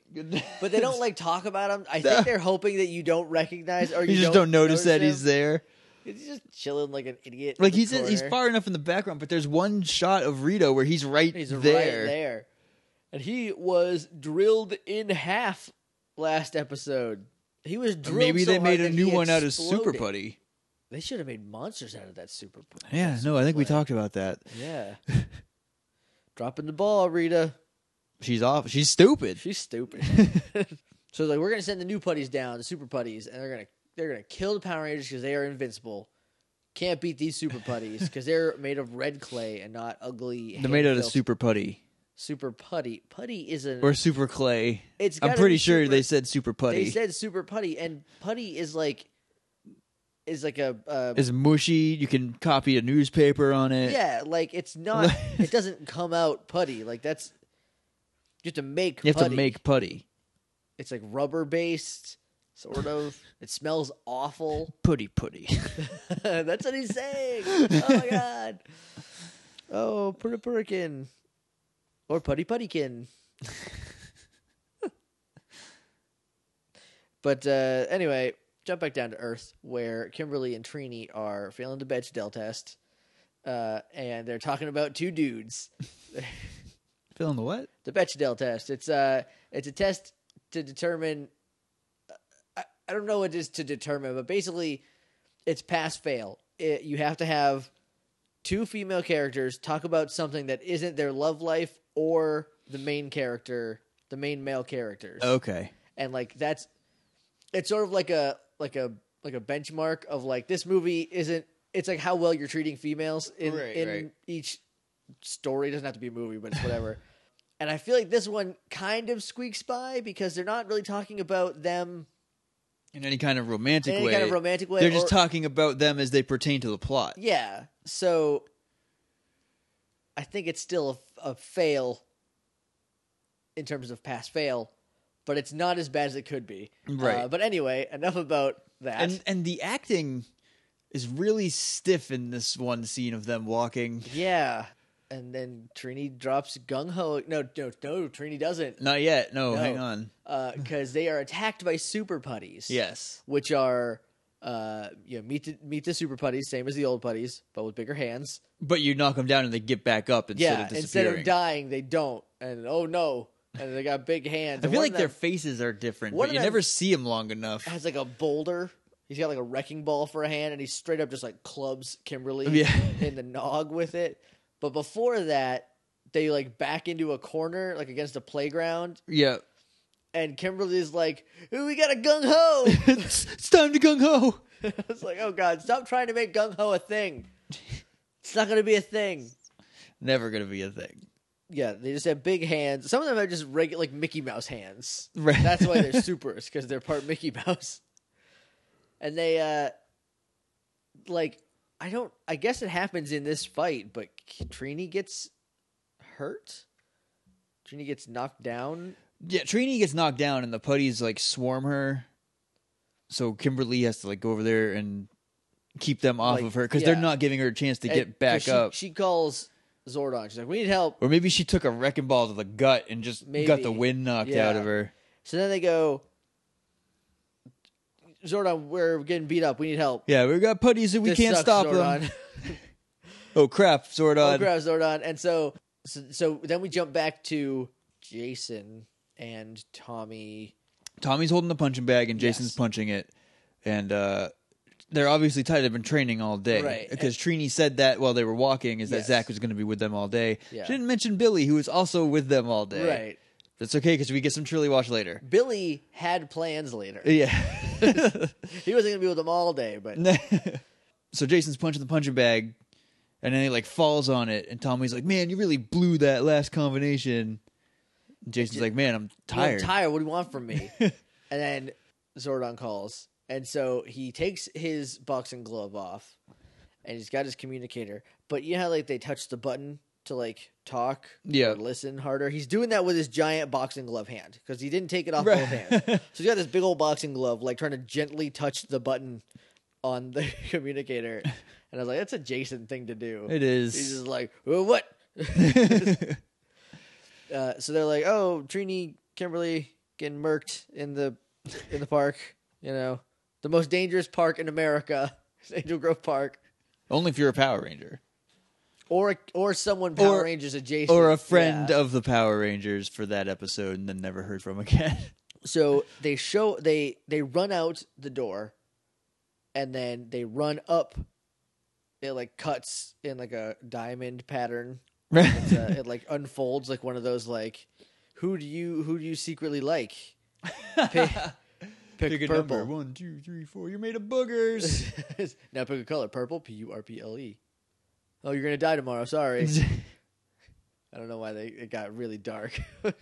Speaker 1: But they don't like talk about him. I
Speaker 2: No.
Speaker 1: think they're hoping that you don't recognize or you,
Speaker 2: You just don't, notice that
Speaker 1: him.
Speaker 2: he's there.
Speaker 1: He's just chilling like an idiot. in
Speaker 2: Like
Speaker 1: the
Speaker 2: he's he's
Speaker 1: corner.
Speaker 2: far enough in the background, but there's one shot of Rito where he's right
Speaker 1: He's
Speaker 2: there.
Speaker 1: right there. And he was drilled in half last episode. He was
Speaker 2: Or
Speaker 1: drilled.
Speaker 2: Maybe
Speaker 1: so
Speaker 2: they
Speaker 1: hard
Speaker 2: made a
Speaker 1: that
Speaker 2: new
Speaker 1: he
Speaker 2: one out of Super
Speaker 1: exploded.
Speaker 2: Putty.
Speaker 1: They should have made monsters out of that super putty.
Speaker 2: Yeah, no, I think we
Speaker 1: Play.
Speaker 2: talked about that.
Speaker 1: Yeah. Dropping the ball, Rita.
Speaker 2: She's off. She's stupid.
Speaker 1: She's stupid. so like we're gonna send the new putties down, the super putties, and they're gonna they're gonna kill the Power Rangers because they are invincible. Can't beat these super putties because they're made of red clay and not ugly.
Speaker 2: They're made out of
Speaker 1: hand-built
Speaker 2: Super Putty
Speaker 1: super putty. Putty is a
Speaker 2: or Super Clay.
Speaker 1: It's
Speaker 2: I'm
Speaker 1: gotta
Speaker 2: pretty
Speaker 1: be
Speaker 2: sure
Speaker 1: super-
Speaker 2: they said Super Putty.
Speaker 1: They said super putty, and putty is like is like a uh,
Speaker 2: it's mushy. You can copy a newspaper on it.
Speaker 1: yeah, like it's not. it doesn't come out putty. Like that's you have to make.
Speaker 2: you have
Speaker 1: putty.
Speaker 2: to make putty.
Speaker 1: It's like rubber based, sort of. it smells awful.
Speaker 2: Putty putty.
Speaker 1: that's what he's saying. Oh my god. Oh, put a purkin. Or putty puttykin. but uh, anyway, jump back down to Earth where Kimberly and Trini are failing the Bechdel test. Uh, and they're talking about two dudes.
Speaker 2: Feeling the what?
Speaker 1: The Bechdel test. It's uh it's a test to determine I, I don't know what it is to determine, but basically it's pass fail. It, you have to have two female characters talk about something that isn't their love life or the main character, the main male characters.
Speaker 2: Okay.
Speaker 1: And like that's it's sort of like a like a like a benchmark of like this movie isn't it's like how well you're treating females in
Speaker 2: Right,
Speaker 1: in
Speaker 2: right.
Speaker 1: each story. It doesn't have to be a movie, but it's whatever. and I feel like this one kind of squeaks by because they're not really talking about them
Speaker 2: In any kind of romantic
Speaker 1: in any
Speaker 2: way.
Speaker 1: kind of romantic way.
Speaker 2: They're just
Speaker 1: or-
Speaker 2: talking about them as they pertain to the plot.
Speaker 1: Yeah. So I think it's still a, a fail in terms of pass fail, but it's not as bad as it could be.
Speaker 2: Right.
Speaker 1: Uh, but anyway, enough about that.
Speaker 2: And and the acting is really stiff in this one scene of them walking.
Speaker 1: yeah. And then Trini drops gung ho. No, no, no, Trini doesn't.
Speaker 2: Not yet. No,
Speaker 1: No.
Speaker 2: hang on.
Speaker 1: Because they are attacked by super putties.
Speaker 2: Yes.
Speaker 1: Which are. Uh, you know, meet the, meet the super putties, same as the old putties, but with bigger hands.
Speaker 2: But you knock them down and they get back up instead
Speaker 1: yeah,
Speaker 2: of
Speaker 1: instead
Speaker 2: disappearing.
Speaker 1: of dying, they don't. And oh no, and they got big hands.
Speaker 2: I
Speaker 1: And
Speaker 2: feel
Speaker 1: one
Speaker 2: like
Speaker 1: of
Speaker 2: their
Speaker 1: them
Speaker 2: faces are different,
Speaker 1: one
Speaker 2: but
Speaker 1: of
Speaker 2: you
Speaker 1: them-
Speaker 2: never see them long enough.
Speaker 1: has like a boulder He's got like a wrecking ball for a hand, and he straight up just like clubs Kimberly
Speaker 2: Yeah.
Speaker 1: in the nog with it. But before that, they like back into a corner, like against a playground,
Speaker 2: Yeah.
Speaker 1: and Kimberly's like, "Ooh, we got a gung ho."
Speaker 2: it's, it's time to gung ho.
Speaker 1: it's like, "Oh God, stop trying to make gung ho a thing. It's not gonna be a thing."
Speaker 2: Never gonna be a thing.
Speaker 1: Yeah, they just have big hands. Some of them have just regular, like Mickey Mouse hands.
Speaker 2: Right.
Speaker 1: That's why they're supers because they're part Mickey Mouse. And they, uh like, I don't. I guess it happens in this fight, but Trini gets hurt. Trini gets knocked down.
Speaker 2: Yeah, Trini gets knocked down and the putties like swarm her. So Kimberly has to like go over there and keep them off
Speaker 1: Like,
Speaker 2: of her because
Speaker 1: yeah.
Speaker 2: they're not giving her a chance to
Speaker 1: And-
Speaker 2: get
Speaker 1: 'cause
Speaker 2: back
Speaker 1: she-
Speaker 2: up.
Speaker 1: She calls Zordon. She's like, "We need help."
Speaker 2: or maybe she took a wrecking ball to the gut and just got
Speaker 1: Maybe.
Speaker 2: the wind knocked
Speaker 1: Yeah.
Speaker 2: out of her.
Speaker 1: So then they go, Zordon, we're getting beat up. We need help.
Speaker 2: Yeah, we got putties and we
Speaker 1: This
Speaker 2: can't
Speaker 1: sucks,
Speaker 2: stop
Speaker 1: Zordon.
Speaker 2: them. Oh crap, Zordon.
Speaker 1: Oh, crap, Zordon. And so, so, so then we jump back to Jason and Tommy.
Speaker 2: Tommy's holding the punching bag and Jason's
Speaker 1: Yes.
Speaker 2: punching it, and uh, they're obviously tired. They've been training all day,
Speaker 1: Right.
Speaker 2: Because Trini said that while they were walking, is that
Speaker 1: Yes.
Speaker 2: Zach was going to be with them all day.
Speaker 1: Yeah.
Speaker 2: She didn't mention Billy, who was also with them all day.
Speaker 1: Right.
Speaker 2: That's okay because we get some Trilly watch later.
Speaker 1: Billy had plans later.
Speaker 2: Yeah.
Speaker 1: He wasn't gonna be with them all day, but
Speaker 2: so Jason's punching the punching bag, and then he like falls on it, and Tommy's like, "Man, you really blew that last combination." Jason's like, "Man, I'm
Speaker 1: tired.
Speaker 2: tired."
Speaker 1: tired. What do you want from me? and then Zordon calls, and so he takes his boxing glove off, and he's got his communicator. But you know how like they touch the button to like talk,
Speaker 2: Yeah.
Speaker 1: or listen harder. He's doing that with his giant boxing glove hand because he didn't take it off
Speaker 2: Right.
Speaker 1: both hands. So he's got this big old boxing glove, like trying to gently touch the button on the communicator. And I was like, that's a Jason thing to do.
Speaker 2: It is.
Speaker 1: He's just like, "Well, what? uh, so they're like, oh, Trini, Kimberly getting murked in the in the park. You know, the most dangerous park in America, is Angel Grove Park,
Speaker 2: Only if you're a Power Ranger.
Speaker 1: or or someone Power
Speaker 2: Or-
Speaker 1: Rangers adjacent,
Speaker 2: or a friend
Speaker 1: Yeah.
Speaker 2: of the Power Rangers for that episode, and then never heard from again.
Speaker 1: So they show they they run out the door, and then they run up. It like cuts in like a diamond pattern it's, uh, it like unfolds like one of those like who do you who do you secretly like pick, pick,
Speaker 2: Pick a
Speaker 1: purple
Speaker 2: number. One, two, three, four. You're made of boogers.
Speaker 1: now pick a color purple p-u-r-p-l-e oh you're gonna die tomorrow sorry i don't know why they it got really dark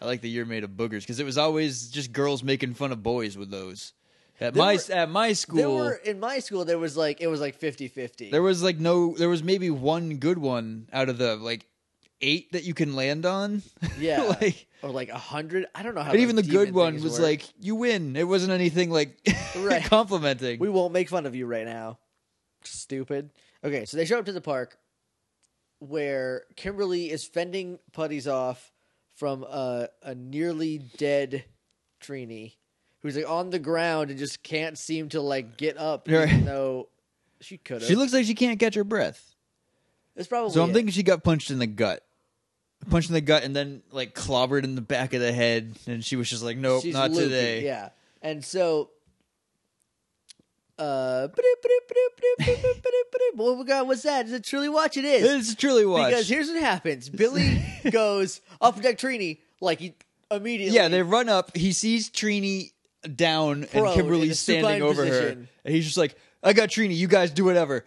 Speaker 2: I like that you're made of boogers because it was always just girls making fun of boys with those. At my
Speaker 1: were-
Speaker 2: at my
Speaker 1: there
Speaker 2: school,
Speaker 1: were in my school there was like it was like 50-50
Speaker 2: there was like no, there was maybe one good one out of the like eight that you can land on.
Speaker 1: yeah
Speaker 2: like,
Speaker 1: or like a hundred i don't know how
Speaker 2: and
Speaker 1: those
Speaker 2: even the
Speaker 1: demon
Speaker 2: good one
Speaker 1: things
Speaker 2: was
Speaker 1: work.
Speaker 2: like, "You win." It wasn't anything like
Speaker 1: Right.
Speaker 2: complimenting.
Speaker 1: We won't make fun of you right now. Stupid. Okay, so they show up to the park where Kimberly is fending putties off from a, a nearly dead Trini who's like on the ground and just can't seem to like get up
Speaker 2: Right.
Speaker 1: even though she could have.
Speaker 2: she looks like she can't catch her breath.
Speaker 1: That's probably
Speaker 2: So I'm
Speaker 1: it.
Speaker 2: thinking she got punched in the gut. Punched in the gut and then like clobbered in the back of the head and she was just like, Nope,
Speaker 1: She's
Speaker 2: not
Speaker 1: loopy,
Speaker 2: today.
Speaker 1: Yeah. And so uh bloop, bloop, bloop, bloop, bloop, bloop, bloop, bloop. what we got what's that? Is it truly watch it is?
Speaker 2: It's truly watch.
Speaker 1: Because here's what happens: Billy goes up deck Trini like he immediately.
Speaker 2: yeah, they run up, he sees Trini down
Speaker 1: Prone,
Speaker 2: and
Speaker 1: in a
Speaker 2: Kimberly's standing
Speaker 1: supine
Speaker 2: over
Speaker 1: position.
Speaker 2: her. And he's just like, I got Trini, you guys do whatever.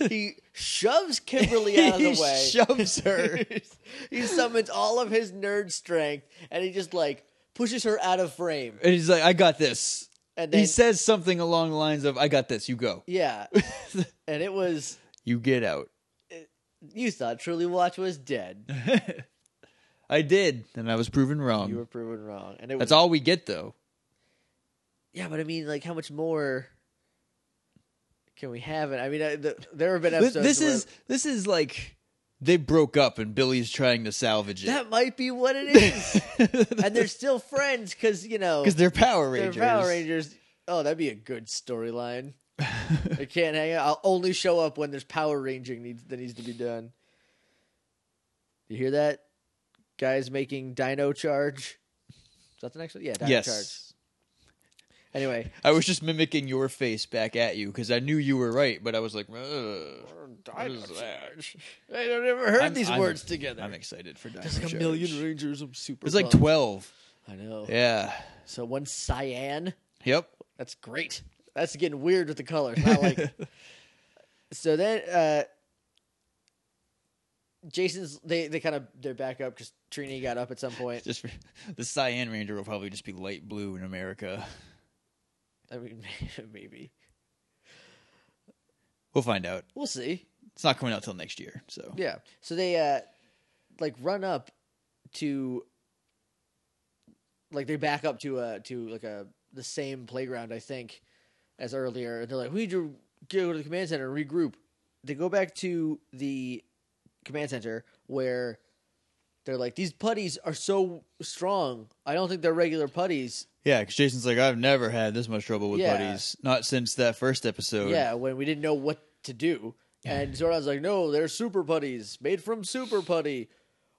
Speaker 1: he shoves Kimberly out of the
Speaker 2: He
Speaker 1: way.
Speaker 2: shoves her.
Speaker 1: he summons all of his nerd strength, and he just like pushes her out of frame.
Speaker 2: and he's like, I got this.
Speaker 1: And then
Speaker 2: he says something along the lines of, I got this, you go.
Speaker 1: yeah, and it was
Speaker 2: You get out.
Speaker 1: you thought Truly Watch was dead.
Speaker 2: I did, and I was proven wrong.
Speaker 1: You were proven wrong, and it was
Speaker 2: That's all we get though.
Speaker 1: yeah. But I mean, like, how much more? Can we have it? I mean, I, the, there have been
Speaker 2: Th-
Speaker 1: episodes.
Speaker 2: this
Speaker 1: where-
Speaker 2: is this is like they broke up and Billy's trying to salvage it
Speaker 1: that might be what it is. and they're still friends because you know
Speaker 2: because they're Power
Speaker 1: they're
Speaker 2: Rangers.
Speaker 1: Power Rangers. Oh, that'd be a good storyline. I can't hang out. I'll only show up when there's Power Ranging needs that needs to be done. You hear that? Guys making Dino Charge. Is that the next one? Yeah, Dino
Speaker 2: yes,
Speaker 1: Charge. Anyway,
Speaker 2: I was just mimicking your face back at you because I knew you were right, but I was like, "Ugh, what is that?"
Speaker 1: I don't ever heard
Speaker 2: I'm-
Speaker 1: these
Speaker 2: I'm-
Speaker 1: words together.
Speaker 2: I'm excited for Dino
Speaker 1: There's like a
Speaker 2: Charge.
Speaker 1: million rangers. I'm super.
Speaker 2: It's like
Speaker 1: pumped.
Speaker 2: twelve.
Speaker 1: I know.
Speaker 2: Yeah.
Speaker 1: So one cyan.
Speaker 2: Yep.
Speaker 1: That's great. That's getting weird with the colors. I like it. So then, uh, Jason's they they kind of they're back up because Trini got up at some point.
Speaker 2: Just for, the Cyan Ranger will probably just be light blue in America.
Speaker 1: I mean, maybe
Speaker 2: We'll find out.
Speaker 1: we'll see.
Speaker 2: It's not coming out till next year, so
Speaker 1: Yeah. So they uh like run up to like they back up to uh to like a the same playground I think as earlier and they're like, We need to go to the command center and regroup. They go back to the command center where they're like, These putties are so strong. I don't think they're regular putties.
Speaker 2: yeah. Because Jason's like, I've never had this much trouble with
Speaker 1: Yeah.
Speaker 2: buddies, not since that first episode.
Speaker 1: Yeah, when we didn't know what to do. And Zoran's like, no, they're super putties made from super putty,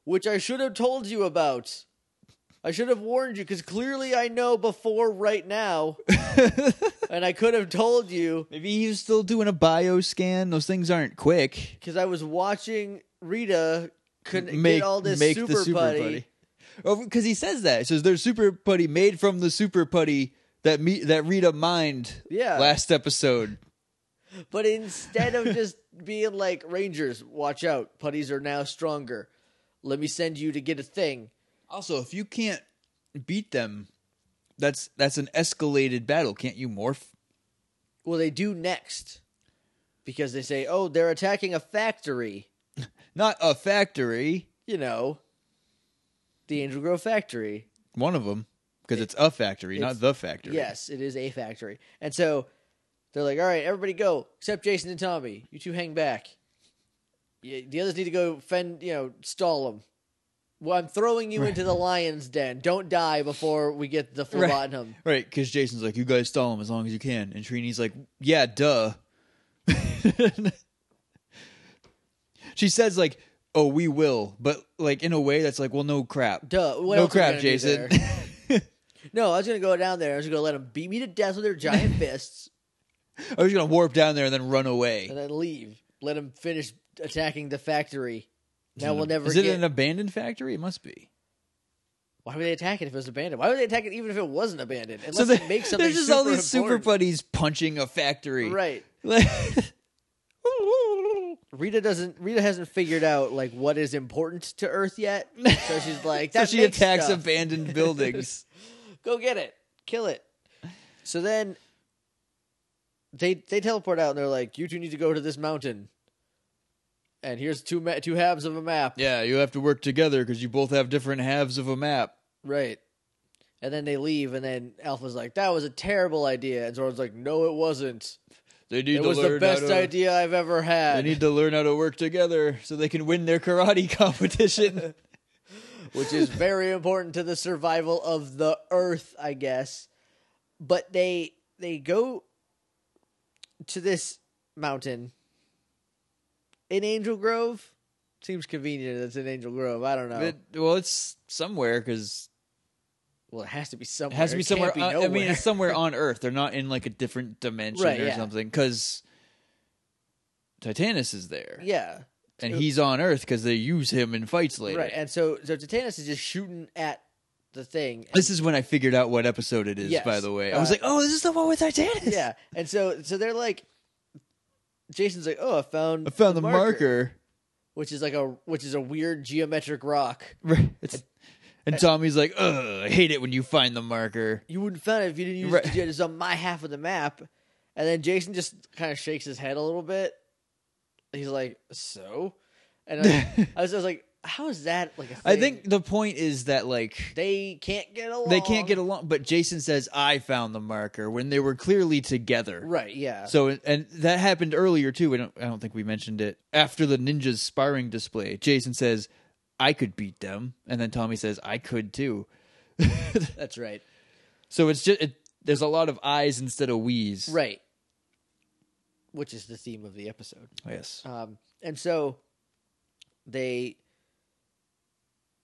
Speaker 1: which I should have told you about. I should have warned you because clearly I know before right now. and I could have told you
Speaker 2: Maybe he was still doing a bio scan. Those things aren't quick.
Speaker 1: because I was watching Rita couldn't
Speaker 2: make
Speaker 1: get all this
Speaker 2: make
Speaker 1: super,
Speaker 2: the super
Speaker 1: putty.
Speaker 2: putty. Because he says that. He says there's super putty made from the super putty that me that Rita mined
Speaker 1: Yeah.
Speaker 2: last episode.
Speaker 1: But instead of just being like, Rangers, watch out. Putties are now stronger. Let me send you to get a thing.
Speaker 2: Also, if you can't beat them, that's that's an escalated battle. Can't you morph?
Speaker 1: Well, they do next because they say, "Oh, they're attacking a factory."
Speaker 2: Not a factory.
Speaker 1: You know, the Angel Grove factory.
Speaker 2: One of them, because it's a factory, not
Speaker 1: it's-
Speaker 2: the factory.
Speaker 1: Yes, it is a factory, and so they're like, "All right, everybody go, except Jason and Tommy. You two hang back. Yeah, the others need to go fend. You know, stall them." Well, I'm throwing you into the lion's den. Don't die before we get the
Speaker 2: Right.
Speaker 1: phlebotonum.
Speaker 2: Right, because Jason's like, you guys stall him as long as you can, and Trini's like, yeah, duh. she says like, oh, we will, but like in a way that's like, well, no crap,
Speaker 1: Duh. What
Speaker 2: no
Speaker 1: else are we
Speaker 2: crap,
Speaker 1: gonna do
Speaker 2: Jason.
Speaker 1: there? No, I was gonna go down there. I was gonna let them beat me to death with their giant fists.
Speaker 2: I was gonna warp down there and then run away.
Speaker 1: and then leave. Let him finish attacking the factory. Now we'll never
Speaker 2: Is it
Speaker 1: get.
Speaker 2: an abandoned factory? It must be.
Speaker 1: Why would they attack it if it was abandoned? Why would they attack it even if it wasn't abandoned? Unless
Speaker 2: there-
Speaker 1: it makes something.
Speaker 2: there's just
Speaker 1: super
Speaker 2: all these super
Speaker 1: important.
Speaker 2: buddies punching a factory,
Speaker 1: Right.
Speaker 2: Like,
Speaker 1: Rita doesn't. Rita hasn't figured out like what is important to Earth yet. So she's like,
Speaker 2: so
Speaker 1: that
Speaker 2: she
Speaker 1: makes
Speaker 2: attacks
Speaker 1: stuff.
Speaker 2: abandoned buildings.
Speaker 1: Go get it. Kill it. So then. They they teleport out and they're like, you two need to go to this mountain. And here's two ma- two halves of a map.
Speaker 2: yeah, you have to work together because you both have different halves of a map.
Speaker 1: Right. And then they leave, and then Alpha's like, "That was a terrible idea," and Zoran's like, "No, it wasn't.
Speaker 2: They need
Speaker 1: It
Speaker 2: to
Speaker 1: was
Speaker 2: learn
Speaker 1: the
Speaker 2: how
Speaker 1: best
Speaker 2: to-
Speaker 1: idea I've ever
Speaker 2: They
Speaker 1: had."
Speaker 2: need to learn how to work together so they can win their karate competition.
Speaker 1: which is very important to the survival of the Earth, I guess. But they they go to this mountain in Angel Grove. Seems convenient. It's in Angel Grove. I don't know.
Speaker 2: But- well, it's somewhere because
Speaker 1: well, it has to be somewhere.
Speaker 2: it has to be
Speaker 1: can't
Speaker 2: somewhere. on- I mean,
Speaker 1: nowhere.
Speaker 2: it's somewhere on Earth. They're not in like a different dimension
Speaker 1: Right,
Speaker 2: or
Speaker 1: yeah.
Speaker 2: something because Titanus is there
Speaker 1: yeah.
Speaker 2: and he's on Earth because they use him in fights later.
Speaker 1: Right. And so so Titanus is just shooting at the thing.
Speaker 2: This is when I figured out what episode it is.
Speaker 1: Yes.
Speaker 2: By the way, I was
Speaker 1: Uh,
Speaker 2: like, "Oh, this is the one with Titanus."
Speaker 1: yeah. And so so they're like Jason's like, "Oh, I found
Speaker 2: I found the, marker.
Speaker 1: which is like a which is a weird geometric rock.
Speaker 2: Right. It's- and Tommy's like, "Ugh, I hate it when you find the marker."
Speaker 1: You wouldn't find it if you didn't use
Speaker 2: Right.
Speaker 1: it. It's on my half of the map." And then Jason just kind of shakes his head a little bit. He's like, "So?" And I, I, was, I was like, "How is that like a thing?
Speaker 2: I think the point is that like
Speaker 1: they can't get along.
Speaker 2: they can't get along, but Jason says, "I found the marker" when they were clearly together.
Speaker 1: Right, yeah.
Speaker 2: So and that happened earlier too. I don't, I don't think we mentioned it after the ninjas sparring display. Jason says, "I could beat them," and then Tommy says, "I could too."
Speaker 1: That's right.
Speaker 2: So it's just it, there's a lot of eyes instead of we's.
Speaker 1: Right. Which is the theme of the episode.
Speaker 2: Yes.
Speaker 1: Um, and so they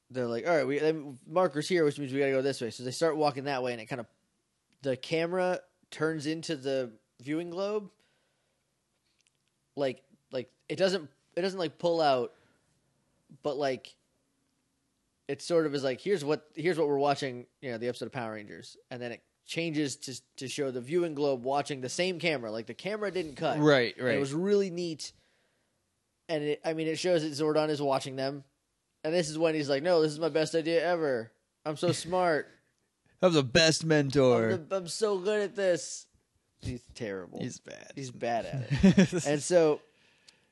Speaker 1: they're like, all right, we the markers here, which means we gotta go this way. So they start walking that way, and it kind of the camera turns into the viewing globe like like it doesn't it doesn't like pull out but like it sort of is like here's what here's what we're watching you know the episode of power rangers and then it changes to to show the viewing globe watching the same camera like the camera didn't cut
Speaker 2: Right,
Speaker 1: and
Speaker 2: right.
Speaker 1: it was really neat and it i mean it shows that zordon is watching them and this is when he's like no this is my best idea ever i'm so smart
Speaker 2: I'm the best mentor.
Speaker 1: I'm, the, I'm so good at this. He's terrible.
Speaker 2: He's bad.
Speaker 1: He's bad at it. and so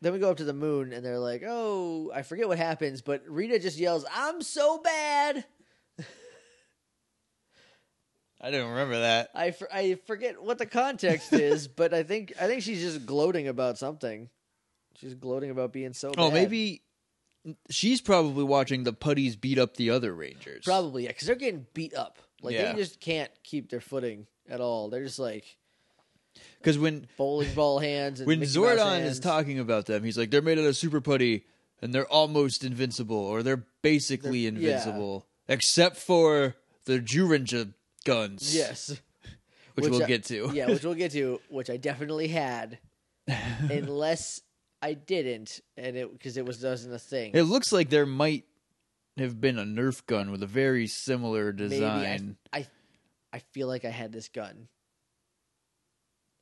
Speaker 1: then we go up to the moon, and they're like, "Oh, I forget what happens," but Rita just yells, "I'm so bad."
Speaker 2: I didn't remember that.
Speaker 1: I, for, I forget what the context is, but I think I think she's just gloating about something. She's gloating about being so.
Speaker 2: Oh,
Speaker 1: bad.
Speaker 2: maybe she's probably watching the putties beat up the other Rangers.
Speaker 1: probably yeah, because they're getting beat up. Like
Speaker 2: Yeah.
Speaker 1: they just can't keep their footing at all. They're just like
Speaker 2: because when
Speaker 1: bowling ball hands. And
Speaker 2: when
Speaker 1: Mickey Mouse
Speaker 2: Zordon is
Speaker 1: hands.
Speaker 2: talking about them, he's like, "They're made out of super putty, and they're almost invincible, or they're basically
Speaker 1: They're- yeah.
Speaker 2: invincible, except for the Jurinja guns."
Speaker 1: yes.
Speaker 2: which,
Speaker 1: Which
Speaker 2: we'll
Speaker 1: I-
Speaker 2: get to.
Speaker 1: yeah, which we'll get to, which I definitely had, unless I didn't, and it because it was wasn't a thing.
Speaker 2: it looks like there might have been a Nerf gun with a very similar
Speaker 1: Maybe I,
Speaker 2: design.
Speaker 1: I, I feel like I had this gun.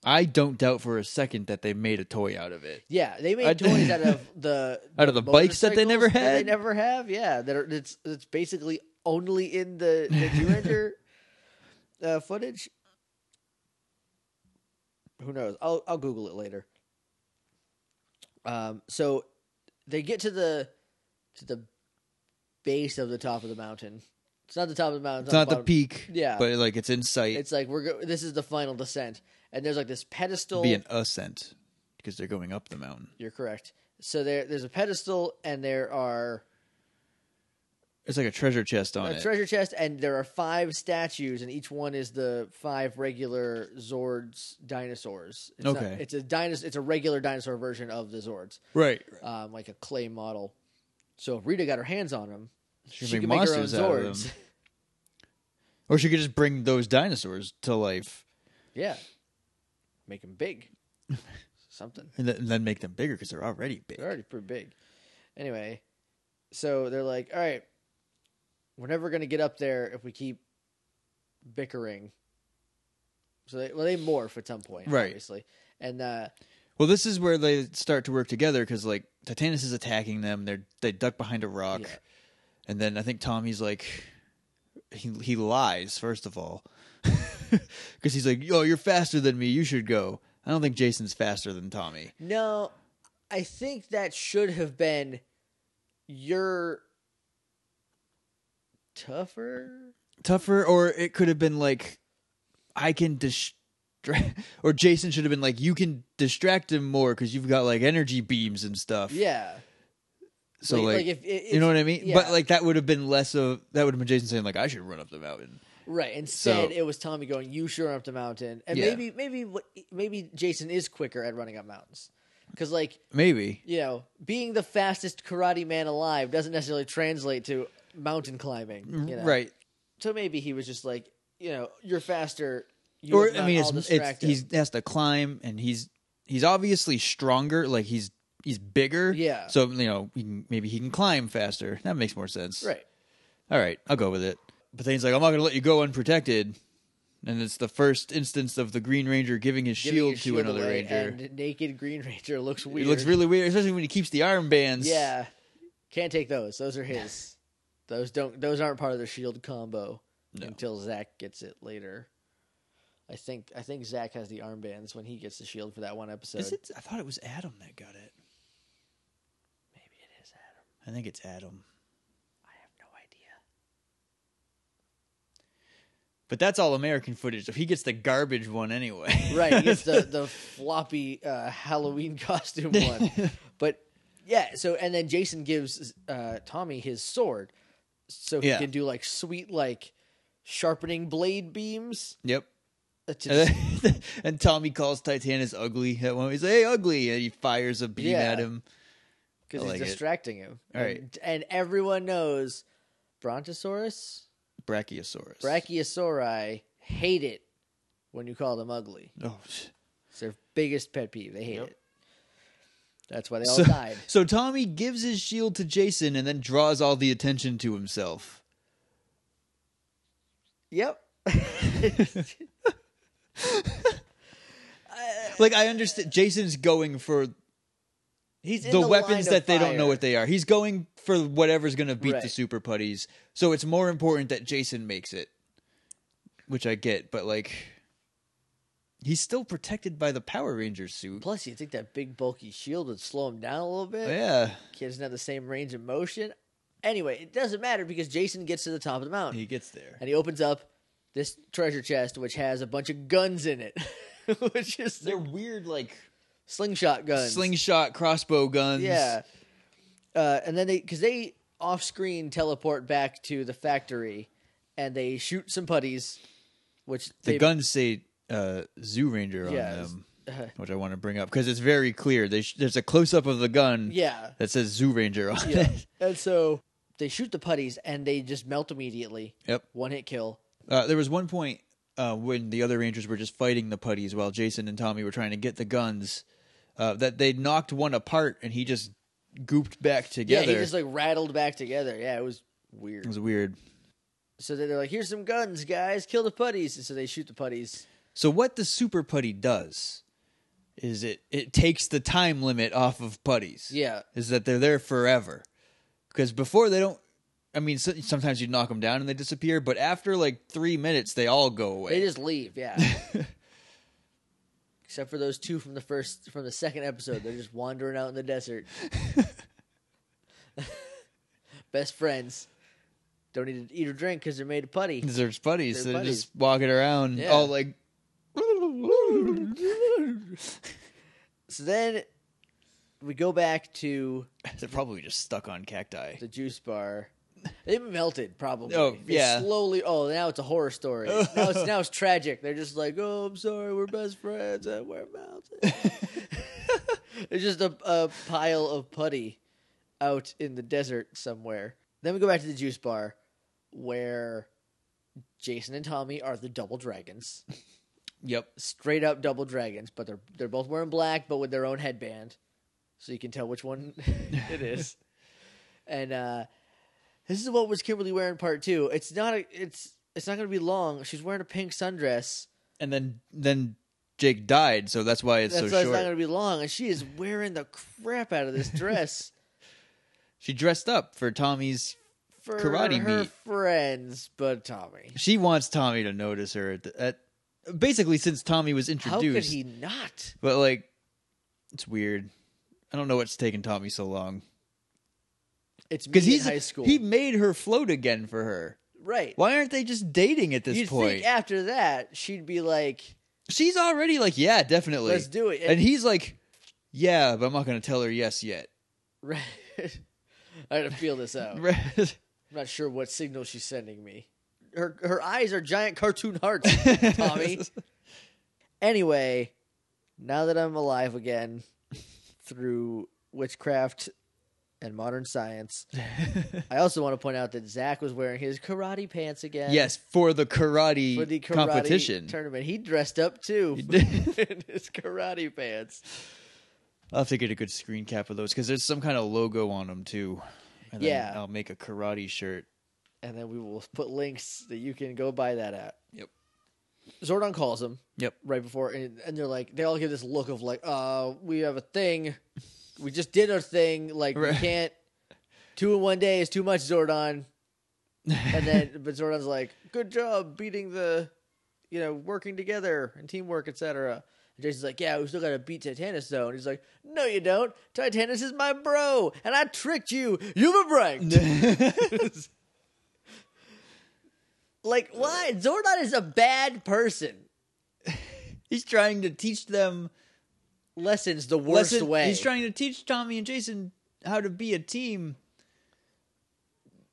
Speaker 2: I, don't doubt for a second that they made a toy out of it.
Speaker 1: Yeah, they made
Speaker 2: I-
Speaker 1: toys out of the
Speaker 2: Out of the bikes that they never
Speaker 1: motorcycles that They
Speaker 2: had?
Speaker 1: never have. Yeah, that are it's it's basically only in the the Duranger uh, footage. Who knows? I'll I'll Google it later. Um. So they get to the to the base of the top of the mountain. It's not the top of the mountain.
Speaker 2: It's not the
Speaker 1: bottom.
Speaker 2: peak,
Speaker 1: Yeah.
Speaker 2: but like it's in sight.
Speaker 1: It's like we're go- this is the final descent, and there's like this pedestal.
Speaker 2: be an ascent because they're going up the mountain.
Speaker 1: You're correct. So there, there's a pedestal, and there are
Speaker 2: It's like a treasure chest on
Speaker 1: a
Speaker 2: it.
Speaker 1: treasure chest, and there are five statues, and each one is the five regular Zords dinosaurs. It's not-
Speaker 2: Okay.
Speaker 1: it's a dinosaur. It's a regular dinosaur version of the Zords,
Speaker 2: right.
Speaker 1: um, like a clay model. So if Rita got her hands on them, she,
Speaker 2: could make
Speaker 1: could make her own
Speaker 2: monsters out of
Speaker 1: Zords.
Speaker 2: them. Or she could just bring those dinosaurs to life
Speaker 1: yeah, make them big. Something.
Speaker 2: and, th- and then make them bigger because they're already big.
Speaker 1: They're already pretty big. Anyway, so they're like, all right, we're never going to get up there if we keep bickering. So they, well, they morph at some point,
Speaker 2: Right.
Speaker 1: obviously. And uh,
Speaker 2: Well, this is where they start to work together because like Titanus is attacking them. They they duck behind a rock,
Speaker 1: Yeah.
Speaker 2: and then I think Tommy's like he he lies first of all because he's like, "Yo, you're faster than me. You should go." I don't think Jason's faster than Tommy.
Speaker 1: no, I think that should have been your tougher.
Speaker 2: tougher, or it could have been like, I can distract, or Jason should have been like, you can distract him more because you've got like energy beams and stuff.
Speaker 1: Yeah.
Speaker 2: So like,
Speaker 1: if, if
Speaker 2: you know what I mean?
Speaker 1: yeah,
Speaker 2: But like that would have been less of that would have been Jason saying like, I should run up the mountain.
Speaker 1: Right. Instead,
Speaker 2: So-
Speaker 1: it was Tommy going, "You sure up the mountain," and
Speaker 2: Yeah.
Speaker 1: maybe, maybe, what- maybe Jason is quicker at running up mountains because, like,
Speaker 2: Maybe.
Speaker 1: you know, being the fastest karate man alive doesn't necessarily translate to mountain climbing, you know?
Speaker 2: Mm-hmm. Right.
Speaker 1: So maybe he was just like, you know, you're faster. You
Speaker 2: Or
Speaker 1: have
Speaker 2: I
Speaker 1: not
Speaker 2: mean,
Speaker 1: all
Speaker 2: it's, it's
Speaker 1: distracted.
Speaker 2: he's has to climb, and he's he's obviously stronger. Like he's he's bigger.
Speaker 1: Yeah.
Speaker 2: So you know, he can, maybe he can climb faster. That makes more sense.
Speaker 1: right.
Speaker 2: all right, I'll go with it. But then he's like, I'm not going to let you go unprotected. And it's the first instance of the Green Ranger giving his
Speaker 1: Giving
Speaker 2: shield
Speaker 1: your
Speaker 2: to another
Speaker 1: away,
Speaker 2: Ranger.
Speaker 1: And naked Green Ranger looks
Speaker 2: It
Speaker 1: weird.
Speaker 2: looks really weird, especially when he keeps the armbands.
Speaker 1: Yeah. Can't take those. Those are his. those don't. Those aren't part of the shield E combo
Speaker 2: No.
Speaker 1: until Zach gets it later. I think. I think Zach has the armbands when he gets the shield E for that one episode.
Speaker 2: Is it? I thought it was Adam that got it.
Speaker 1: Maybe it is Adam.
Speaker 2: I think it's Adam.
Speaker 1: I have no idea.
Speaker 2: But that's all American footage. If he gets the garbage one anyway.
Speaker 1: Right, he gets the the floppy uh, Halloween costume one. But yeah, so and then Jason gives uh, Tommy his sword, so he
Speaker 2: Yeah.
Speaker 1: can do like sweet like sharpening blade beams.
Speaker 2: yep.
Speaker 1: That's
Speaker 2: And,
Speaker 1: just-
Speaker 2: then- and Tommy calls Titanus ugly. At one, he's like, "Hey, ugly!" And he fires a beam
Speaker 1: Yeah.
Speaker 2: at him.
Speaker 1: because
Speaker 2: I
Speaker 1: he's
Speaker 2: like it.
Speaker 1: distracting him.
Speaker 2: All right.
Speaker 1: and, and everyone knows Brontosaurus,
Speaker 2: Brachiosaurus.
Speaker 1: Brachiosauri hate it when you call them ugly.
Speaker 2: Oh,
Speaker 1: It's their biggest pet peeve. They hate
Speaker 4: Yep.
Speaker 1: it. That's why they all
Speaker 2: so,
Speaker 1: died.
Speaker 2: so Tommy gives his shield to Jason and then draws all the attention to himself.
Speaker 1: Yep.
Speaker 2: Like I understand, Jason's going for
Speaker 1: He's in
Speaker 2: the,
Speaker 1: the,
Speaker 2: weapons
Speaker 1: line of
Speaker 2: that they don't know
Speaker 1: fire.
Speaker 2: what they are. He's going for whatever's going to beat the
Speaker 1: Right.
Speaker 2: super putties. So it's more important that Jason makes it, which I get. But like, he's still protected by the Power Ranger suit.
Speaker 1: Plus, you think that big bulky shield would slow him down a little bit?
Speaker 2: Yeah,
Speaker 1: He doesn't have the same range of motion. Anyway, it doesn't matter because Jason gets to the top of the mountain
Speaker 2: he gets there.
Speaker 1: and he opens up this treasure chest, which has a bunch of guns in it, which is
Speaker 2: They're weird, like
Speaker 1: slingshot guns.
Speaker 2: slingshot crossbow guns.
Speaker 1: Yeah. Uh, and then they, because they off screen teleport back to the factory and they shoot some putties, which
Speaker 2: the
Speaker 1: they,
Speaker 2: guns say uh, Zoo Ranger on
Speaker 1: Yeah, it's- uh,
Speaker 2: them, which I want to bring up because it's very clear. They sh- there's a close up of the gun
Speaker 1: Yeah.
Speaker 2: that says Zoo Ranger on
Speaker 1: Yeah.
Speaker 2: it.
Speaker 1: and so they shoot the putties and they just melt immediately.
Speaker 2: Yep.
Speaker 1: One hit kill.
Speaker 2: Uh, there was one point uh, when the other Rangers were just fighting the putties while Jason and Tommy were trying to get the guns uh, that they knocked one apart and he just gooped back
Speaker 1: Yeah,
Speaker 2: together.
Speaker 1: he just like rattled back together. Yeah, it was
Speaker 2: it
Speaker 1: weird.
Speaker 2: was weird.
Speaker 1: So then they're like, "Here's some guns, guys. Kill the putties." And so they shoot the putties.
Speaker 2: So what the super putty does is it it takes the time limit off of putties.
Speaker 1: Yeah,
Speaker 2: is that they're there forever. Because before they don't, I mean, so- sometimes you knock them down and they disappear, but after like three minutes, they all go away.
Speaker 1: they just leave. Yeah, except for those two from the first from the second episode, they're just wandering out in the desert. Best friends don't need to eat or drink because they're made of putty.
Speaker 2: There's buddies,
Speaker 1: They're
Speaker 2: they're, just walking around,
Speaker 1: Yeah.
Speaker 2: all like,
Speaker 1: So then we go back to
Speaker 2: they're probably just stuck on cacti.
Speaker 1: the juice bar. It melted, probably.
Speaker 2: Oh,
Speaker 1: It
Speaker 2: yeah.
Speaker 1: Slowly. Oh, now it's a horror story. now it's now it's tragic. They're just like, oh, I'm sorry, we're best friends, and we're melted. it's just a, a pile of putty out in the desert somewhere. Then we go back to the juice bar, where Jason and Tommy are the double dragons,
Speaker 2: Yep.
Speaker 1: straight up double dragons, but they're they're both wearing black, but with their own headband, so you can tell which one it is. and uh, this is what was Kimberly wearing part two. It's not a, it's it's not going to be long. She's wearing a pink sundress.
Speaker 2: And then then Jake died, so that's why it's
Speaker 1: That's
Speaker 2: so
Speaker 1: why
Speaker 2: short.
Speaker 1: it's not going to be long. And she is wearing the crap out of this dress
Speaker 2: She dressed up for Tommy's.
Speaker 1: for
Speaker 2: Karate
Speaker 1: her
Speaker 2: meet.
Speaker 1: friends, but Tommy.
Speaker 2: She wants Tommy to notice her at, the, at basically since Tommy was
Speaker 1: How could
Speaker 2: introduced.
Speaker 1: he not?
Speaker 2: But like, it's weird. I don't know what's taking Tommy so long.
Speaker 1: It's
Speaker 2: because
Speaker 1: because
Speaker 2: he's
Speaker 1: in high school,
Speaker 2: He made her float again for her.
Speaker 1: right?
Speaker 2: Why aren't they just dating at this
Speaker 1: You'd
Speaker 2: point?
Speaker 1: think after that she'd be like,
Speaker 2: She's already like, yeah, definitely,
Speaker 1: "Let's do it."
Speaker 2: And he's like, yeah, but I'm not going to tell her yes yet.
Speaker 1: Right. I gotta feel this out. I'm not sure what signal she's sending me. Her her eyes are giant cartoon hearts, Tommy. anyway, now that I'm alive again through witchcraft and modern science, I also want to point out that Zach was wearing his karate pants again.
Speaker 2: yes, for the karate,
Speaker 1: For the karate
Speaker 2: competition.
Speaker 1: tournament. He dressed up too.
Speaker 2: did.
Speaker 1: in his karate pants.
Speaker 2: I'll have to get a good screen cap of those because there's some kind of logo on them too. And then
Speaker 1: Yeah.
Speaker 2: I'll make a karate shirt.
Speaker 1: and then we will put links that you can go buy that at.
Speaker 2: Yep.
Speaker 1: Zordon calls him
Speaker 2: Yep.
Speaker 1: right before, and, and they're like, they all give this look of like, uh, we have a thing. We just did our thing. Like,
Speaker 2: Right.
Speaker 1: we can't. Two in one day is too much, Zordon. And then, but Zordon's like, good job beating the, you know, working together and teamwork, etc. And Jason's like, yeah, we still got to beat Titanus, though. And he's like, no, you don't. Titanus is my bro, and I tricked you. You've been pranked. Like, why? Zordon is a bad person.
Speaker 2: he's trying to teach them
Speaker 1: Lessons the worst
Speaker 2: lesson-
Speaker 1: way
Speaker 2: He's trying to teach Tommy and Jason how to be a team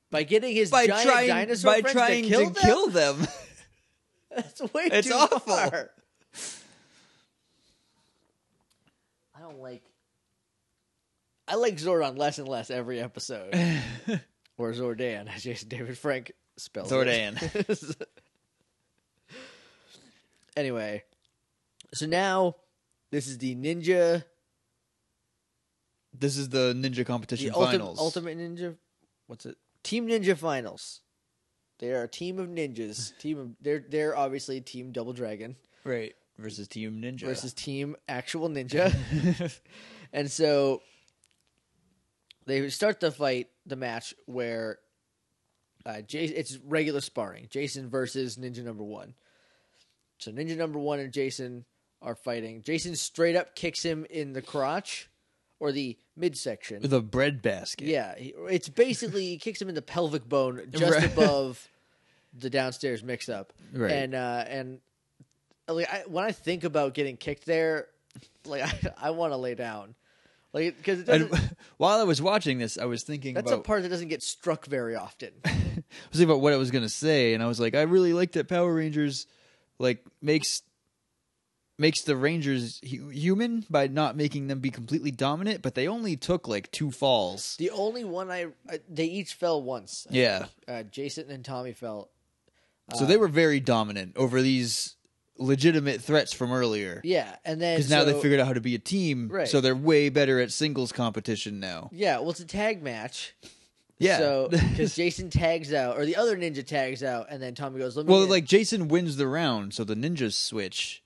Speaker 1: by getting his
Speaker 2: by
Speaker 1: giant
Speaker 2: trying
Speaker 1: dinosaur
Speaker 2: by
Speaker 1: friends
Speaker 2: trying
Speaker 1: to kill them.
Speaker 2: kill them.
Speaker 1: That's way
Speaker 2: It's
Speaker 1: too
Speaker 2: awful.
Speaker 1: far. I don't like. I like Zordon less and less every episode. or Zordan, as Jason David Frank spells it.
Speaker 2: Zordan.
Speaker 1: Anyway, so now this is the ninja,
Speaker 2: This is the ninja competition
Speaker 1: the ultimate,
Speaker 2: finals.
Speaker 1: ultimate ninja. What's it? Team Ninja Finals. They are a team of ninjas. Team of they're they're obviously Team Double Dragon
Speaker 2: Right. Versus Team Ninja.
Speaker 1: versus Team Actual Ninja. And so they start the fight, the match where uh, Jason, it's regular sparring. Jason versus Ninja Number One. So Ninja Number One and Jason are fighting. Jason straight up kicks him in the crotch or the midsection.
Speaker 2: With a bread basket.
Speaker 1: yeah, he- it's basically he kicks him in the pelvic bone just
Speaker 2: Right.
Speaker 1: above the downstairs mix up.
Speaker 2: Right.
Speaker 1: And uh, and uh, like I, when I think about getting kicked there, like I, I want to lay down, like because it
Speaker 2: And
Speaker 1: doesn't.
Speaker 2: while I was watching this, I was thinking
Speaker 1: That's
Speaker 2: about
Speaker 1: a part that doesn't get struck very often.
Speaker 2: I was thinking about what I was gonna say, and I was like, I really like that Power Rangers like makes makes the Rangers hu- human by not making them be completely dominant, but they only took like two falls.
Speaker 1: The only one I, I they each fell once.
Speaker 2: Yeah,
Speaker 1: Uh, Jason and Tommy fell. Uh,
Speaker 2: so they were very dominant over these legitimate threats from earlier.
Speaker 1: Yeah, and then
Speaker 2: Because now they
Speaker 1: so-
Speaker 2: figured out how to be a team,
Speaker 1: Right.
Speaker 2: so they're way better at singles competition now.
Speaker 1: Yeah, well, it's a tag match.
Speaker 2: Yeah.
Speaker 1: So because Jason tags out, or the other ninja tags out, and then Tommy goes, "Let me."
Speaker 2: well,
Speaker 1: in."
Speaker 2: like Jason wins the round, so the ninjas switch.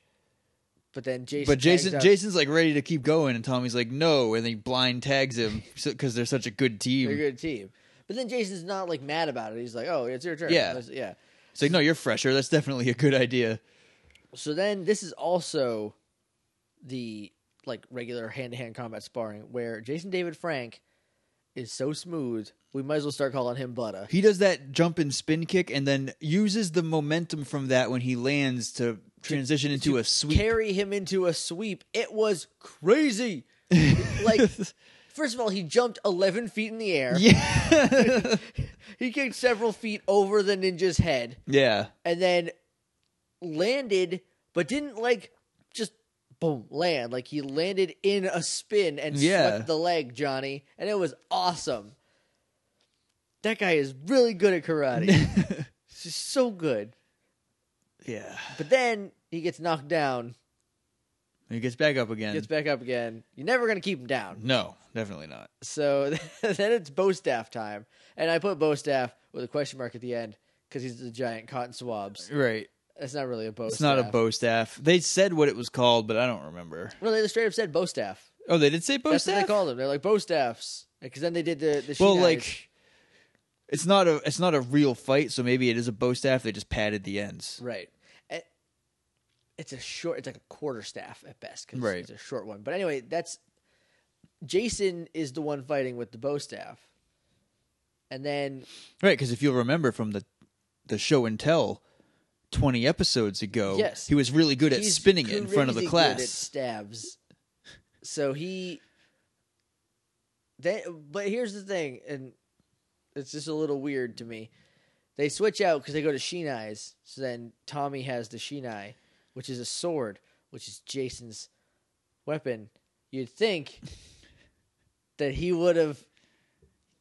Speaker 1: but then Jason.
Speaker 2: But
Speaker 1: tags
Speaker 2: Jason,
Speaker 1: out.
Speaker 2: Jason's like ready to keep going, and Tommy's like no, and he blind tags him because they're such a good team.
Speaker 1: they're a good team. But then Jason's not like mad about it. He's like, "Oh, it's your turn."
Speaker 2: Yeah.
Speaker 1: Let's- yeah.
Speaker 2: It's like no, you're fresher. That's definitely a good idea.
Speaker 1: So then this is also the like regular hand to hand combat sparring where Jason David Frank is so smooth, we might as well start calling him Butter.
Speaker 2: He does that jump and spin kick, and then uses the momentum from that when he lands to transition into a sweep.
Speaker 1: Carry him into a sweep. It was crazy. like first of all, he jumped eleven feet in the air.
Speaker 2: yeah,
Speaker 1: He kicked several feet over the ninja's head
Speaker 2: yeah,
Speaker 1: and then landed, but didn't like just boom land. Like he landed in a spin and
Speaker 2: Yeah.
Speaker 1: swept the leg, Johnny, and it was awesome. That guy is really good at karate. He's just so good.
Speaker 2: yeah.
Speaker 1: But then he gets knocked down,
Speaker 2: And he gets back up again.
Speaker 1: gets back up again. You're never gonna keep him down.
Speaker 2: No, definitely not.
Speaker 1: So then it's Bo Staff time, and I put Bo Staff with a question mark at the end because he's the giant cotton swabs.
Speaker 2: Right.
Speaker 1: That's not really a Bo.
Speaker 2: It's not a
Speaker 1: Staff.
Speaker 2: bow staff. They said what it was called, but I don't remember.
Speaker 1: No, they straight up said Bo Staff.
Speaker 2: Oh, they did say bow
Speaker 1: That's
Speaker 2: staff.
Speaker 1: what they called them. They're like bow staffs because then they did the the
Speaker 2: well
Speaker 1: Shinai's.
Speaker 2: like it's not a it's not a real fight so maybe it is a bow staff they just padded the ends
Speaker 1: right. Eh, It's a short. It's like a quarter staff at best. 'cause
Speaker 2: Right.
Speaker 1: It's a short one. But anyway, that's Jason is the one fighting with the bow staff, and then
Speaker 2: right because if you'll remember from the the show and tell 20 episodes ago
Speaker 1: Yes.
Speaker 2: he was really good at
Speaker 1: he's
Speaker 2: spinning it in front of
Speaker 1: crazy
Speaker 2: the
Speaker 1: good at
Speaker 2: class
Speaker 1: stabs. So he. They, but here's the thing, and it's just a little weird to me. They switch out because they go to Shinai's. So then Tommy has the Shinai, which is a sword, which is Jason's weapon. You'd think that he would have.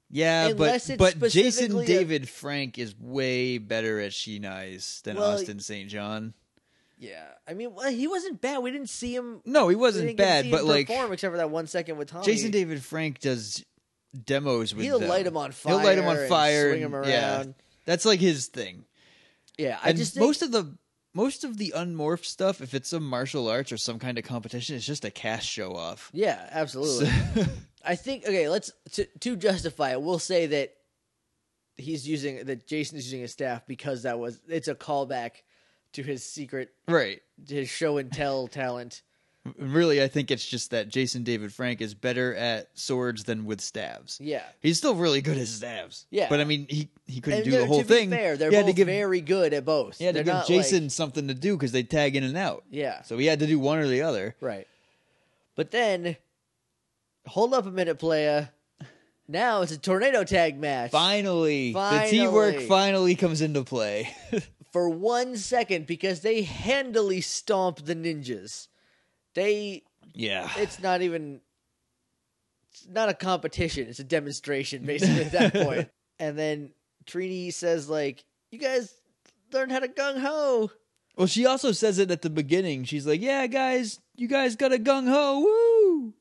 Speaker 2: yeah
Speaker 1: Unless
Speaker 2: but
Speaker 1: it's
Speaker 2: but jason
Speaker 1: specifically a-
Speaker 2: david frank is way better at shinai's than
Speaker 1: Well,
Speaker 2: austin st john
Speaker 1: Yeah, I mean, well, he wasn't bad. We didn't see him.
Speaker 2: no he
Speaker 1: we
Speaker 2: wasn't
Speaker 1: didn't get to
Speaker 2: bad
Speaker 1: see
Speaker 2: but
Speaker 1: him
Speaker 2: like
Speaker 1: perform except for that one second with Tommy.
Speaker 2: jason david frank does demos with
Speaker 1: He'll
Speaker 2: them.
Speaker 1: light 'em on fire.
Speaker 2: he'll light him on
Speaker 1: and
Speaker 2: fire
Speaker 1: swing him
Speaker 2: and- yeah.
Speaker 1: around.
Speaker 2: that's like his thing
Speaker 1: Yeah, I
Speaker 2: and
Speaker 1: just think,
Speaker 2: most of the most of the unmorphed stuff, if it's a martial arts or some kind of competition, it's just a cast show off.
Speaker 1: yeah, absolutely. I think okay. Let's to, to justify it. We'll say that he's using that Jason is using his staff because that was it's a callback to his secret,
Speaker 2: right.
Speaker 1: to his show and tell talent.
Speaker 2: Really, I think it's just that Jason David Frank is better at swords than with staves.
Speaker 1: Yeah,
Speaker 2: He's still really good at staves.
Speaker 1: Yeah.
Speaker 2: But I mean, he he couldn't
Speaker 1: and
Speaker 2: do
Speaker 1: they're-
Speaker 2: the whole
Speaker 1: to
Speaker 2: thing.
Speaker 1: Be fair, they're
Speaker 2: he had
Speaker 1: both
Speaker 2: to give
Speaker 1: very good at both.
Speaker 2: he had
Speaker 1: they're
Speaker 2: to give
Speaker 1: not
Speaker 2: Jason
Speaker 1: Like,
Speaker 2: something to do because they tag in and out.
Speaker 1: yeah,
Speaker 2: So he had to do one or the other.
Speaker 1: right. But then, hold up a minute, playa. Now it's a tornado tag match.
Speaker 2: Finally, the teamwork
Speaker 1: Finally.
Speaker 2: finally comes into play.
Speaker 1: for one second because they handily stomp the ninjas. They
Speaker 2: yeah.
Speaker 1: it's not even it's not a competition, it's a demonstration basically at that point. And then Trini says like, You guys learn how to gung ho
Speaker 2: Well, she also says it at the beginning. She's like, "Yeah, guys, you guys got a gung ho, woo!"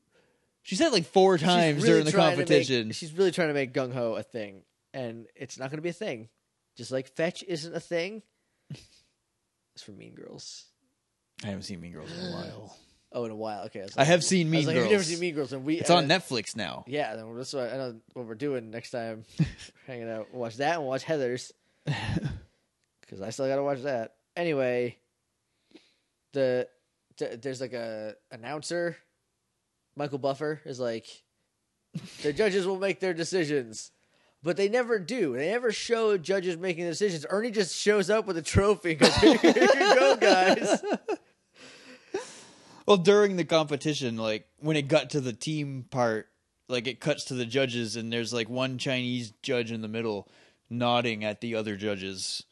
Speaker 2: She said it like four
Speaker 1: She's
Speaker 2: times
Speaker 1: really
Speaker 2: during the
Speaker 1: trying to make-
Speaker 2: competition.
Speaker 1: she's really trying to make gung ho a thing, and it's not going to be a thing. Just like fetch isn't a thing. it's for Mean Girls.
Speaker 2: I haven't seen Mean Girls in a while.
Speaker 1: Oh, in a while. Okay, was
Speaker 2: I have seen
Speaker 1: I
Speaker 2: Mean
Speaker 1: was like,
Speaker 2: Girls.
Speaker 1: Have you never seen Mean Girls? And we
Speaker 2: It's on
Speaker 1: uh,
Speaker 2: Netflix now.
Speaker 1: Yeah, then that's what I know what we're doing next time. hanging out, watch that and watch Heather's because I still got to watch that. Anyway, the th- there's like a announcer, Michael Buffer is like, the judges will make their decisions, but they never do. They never show judges making the decisions. Ernie just shows up with a trophy. and goes, Here you go, guys.
Speaker 2: Well, during the competition, like when it got to the team part, like it cuts to the judges, and there's like one Chinese judge in the middle nodding at the other judges,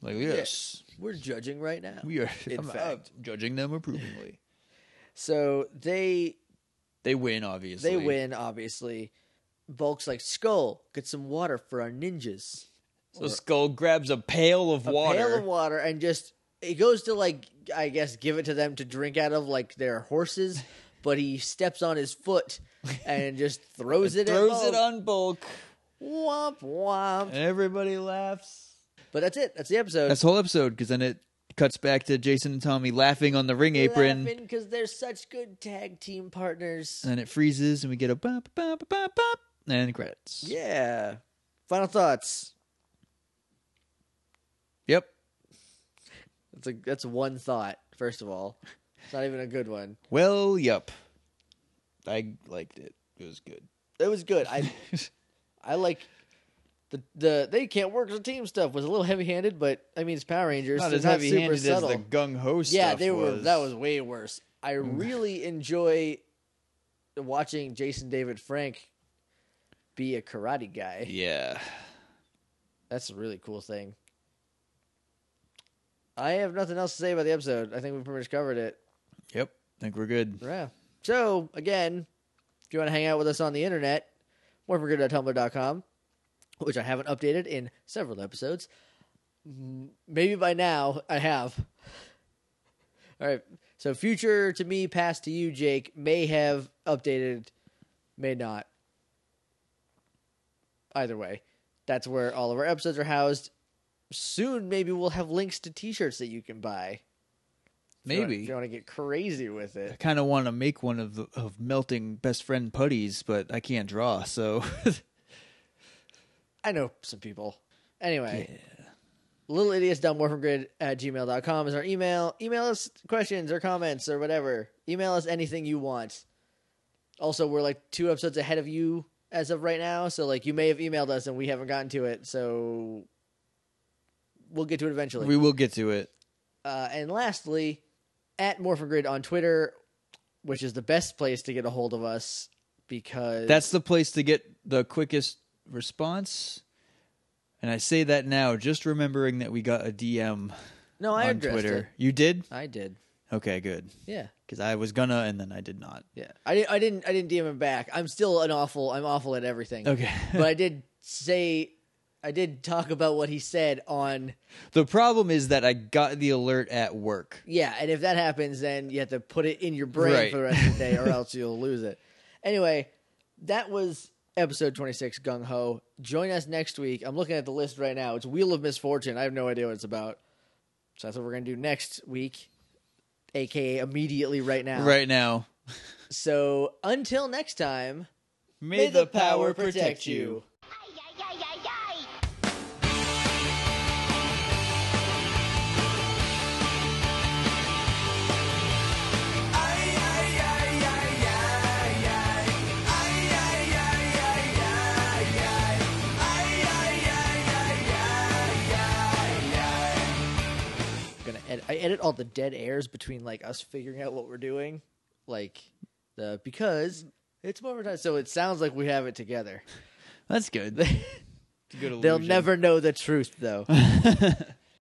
Speaker 2: like, "Yes,
Speaker 1: We're judging right now.
Speaker 2: we are
Speaker 1: In
Speaker 2: I'm- I'm
Speaker 1: fact.
Speaker 2: judging them approvingly."
Speaker 1: So they
Speaker 2: They win, obviously.
Speaker 1: They win, obviously. Bulk's like, Skull, get some water for our ninjas.
Speaker 2: So Skull grabs a pail of
Speaker 1: A
Speaker 2: water.
Speaker 1: pail of water and just he goes to like I guess give it to them to drink out of like their horses, but he steps on his foot and just throws it
Speaker 2: throws
Speaker 1: at
Speaker 2: it
Speaker 1: Bulk.
Speaker 2: on bulk.
Speaker 1: womp womp.
Speaker 2: And everybody laughs.
Speaker 1: But that's it. That's the episode.
Speaker 2: That's the whole episode because then it cuts back to Jason and Tommy laughing on the ring apron. Uh,
Speaker 1: because they're such good tag team partners.
Speaker 2: And then it freezes and we get a bop, bop, bop, bop, bop, and credits.
Speaker 1: Yeah. Final thoughts.
Speaker 2: Yep.
Speaker 1: That's a that's one thought. First of all, it's not even a good one.
Speaker 2: Well, yep. I liked it. It was good.
Speaker 1: It was good. I I like the the they can't work as a team stuff was a little heavy handed, but I mean it's Power Rangers.
Speaker 2: Not
Speaker 1: so
Speaker 2: as
Speaker 1: it's not
Speaker 2: heavy
Speaker 1: super
Speaker 2: handed as
Speaker 1: subtle.
Speaker 2: the gung ho stuff.
Speaker 1: yeah, they were.
Speaker 2: was. Mm.
Speaker 1: That was way worse. I really enjoy watching Jason David Frank be a karate guy.
Speaker 2: Yeah.
Speaker 1: That's a really cool thing. I have nothing else to say about the episode. I think we pretty much covered it.
Speaker 2: Yep. think we're good.
Speaker 1: Yeah. So again, if you want to hang out with us on the internet, morphinggrid.tumblr.com, which I haven't updated in several episodes. M- Maybe by now I have. All right. So future to me, past to you, Jake, may have updated, may not. Either way, that's where all of our episodes are housed. Soon, maybe we'll have links to T-shirts that you can buy. If you wanna-
Speaker 2: Maybe.
Speaker 1: if you want to get crazy with it.
Speaker 2: I kind of want to make one of the, of melting best friend putties, but I can't draw, so
Speaker 1: I know some people. Anyway. Little idiots dumb from grid at gmail.com is our email. Email us questions or comments or whatever. Email us anything you want. Also, we're like two episodes ahead of you as of right now. So, like, you may have emailed us and we haven't gotten to it. So, we'll get to it eventually.
Speaker 2: we will get to it.
Speaker 1: Uh, and lastly, at Morphin Grid on Twitter, which is the best place to get a hold of us because
Speaker 2: That's the place to get the quickest response. And I say that now, just remembering that we got a DM
Speaker 1: no, I
Speaker 2: on
Speaker 1: addressed
Speaker 2: Twitter. You did?
Speaker 1: it. I did.
Speaker 2: Okay, good.
Speaker 1: Yeah.
Speaker 2: Because I was gonna, and then I did not.
Speaker 1: Yeah, I didn't. I didn't. I didn't DM him back. I'm still an awful. I'm awful at everything.
Speaker 2: Okay.
Speaker 1: but I did say, I did talk about what he said on.
Speaker 2: The problem is that I got the alert at work.
Speaker 1: Yeah, and if that happens, then you have to put it in your brain
Speaker 2: Right.
Speaker 1: for the rest of the day, or else you'll lose it. Anyway, that was episode 26 gung ho join us next week i'm looking at the list right now it's wheel of misfortune i have no idea what it's about so that's what we're gonna do next week aka immediately right now
Speaker 2: Right now,
Speaker 1: so until next time
Speaker 2: may,
Speaker 5: Ay, ay, ay, ay, ay.
Speaker 1: gonna edit. I edit all the dead airs between like us figuring out what we're doing, like the because it's more time. So it sounds like we have it together.
Speaker 2: That's good. It's a good
Speaker 1: They'll
Speaker 2: illusion.
Speaker 1: never know the truth though.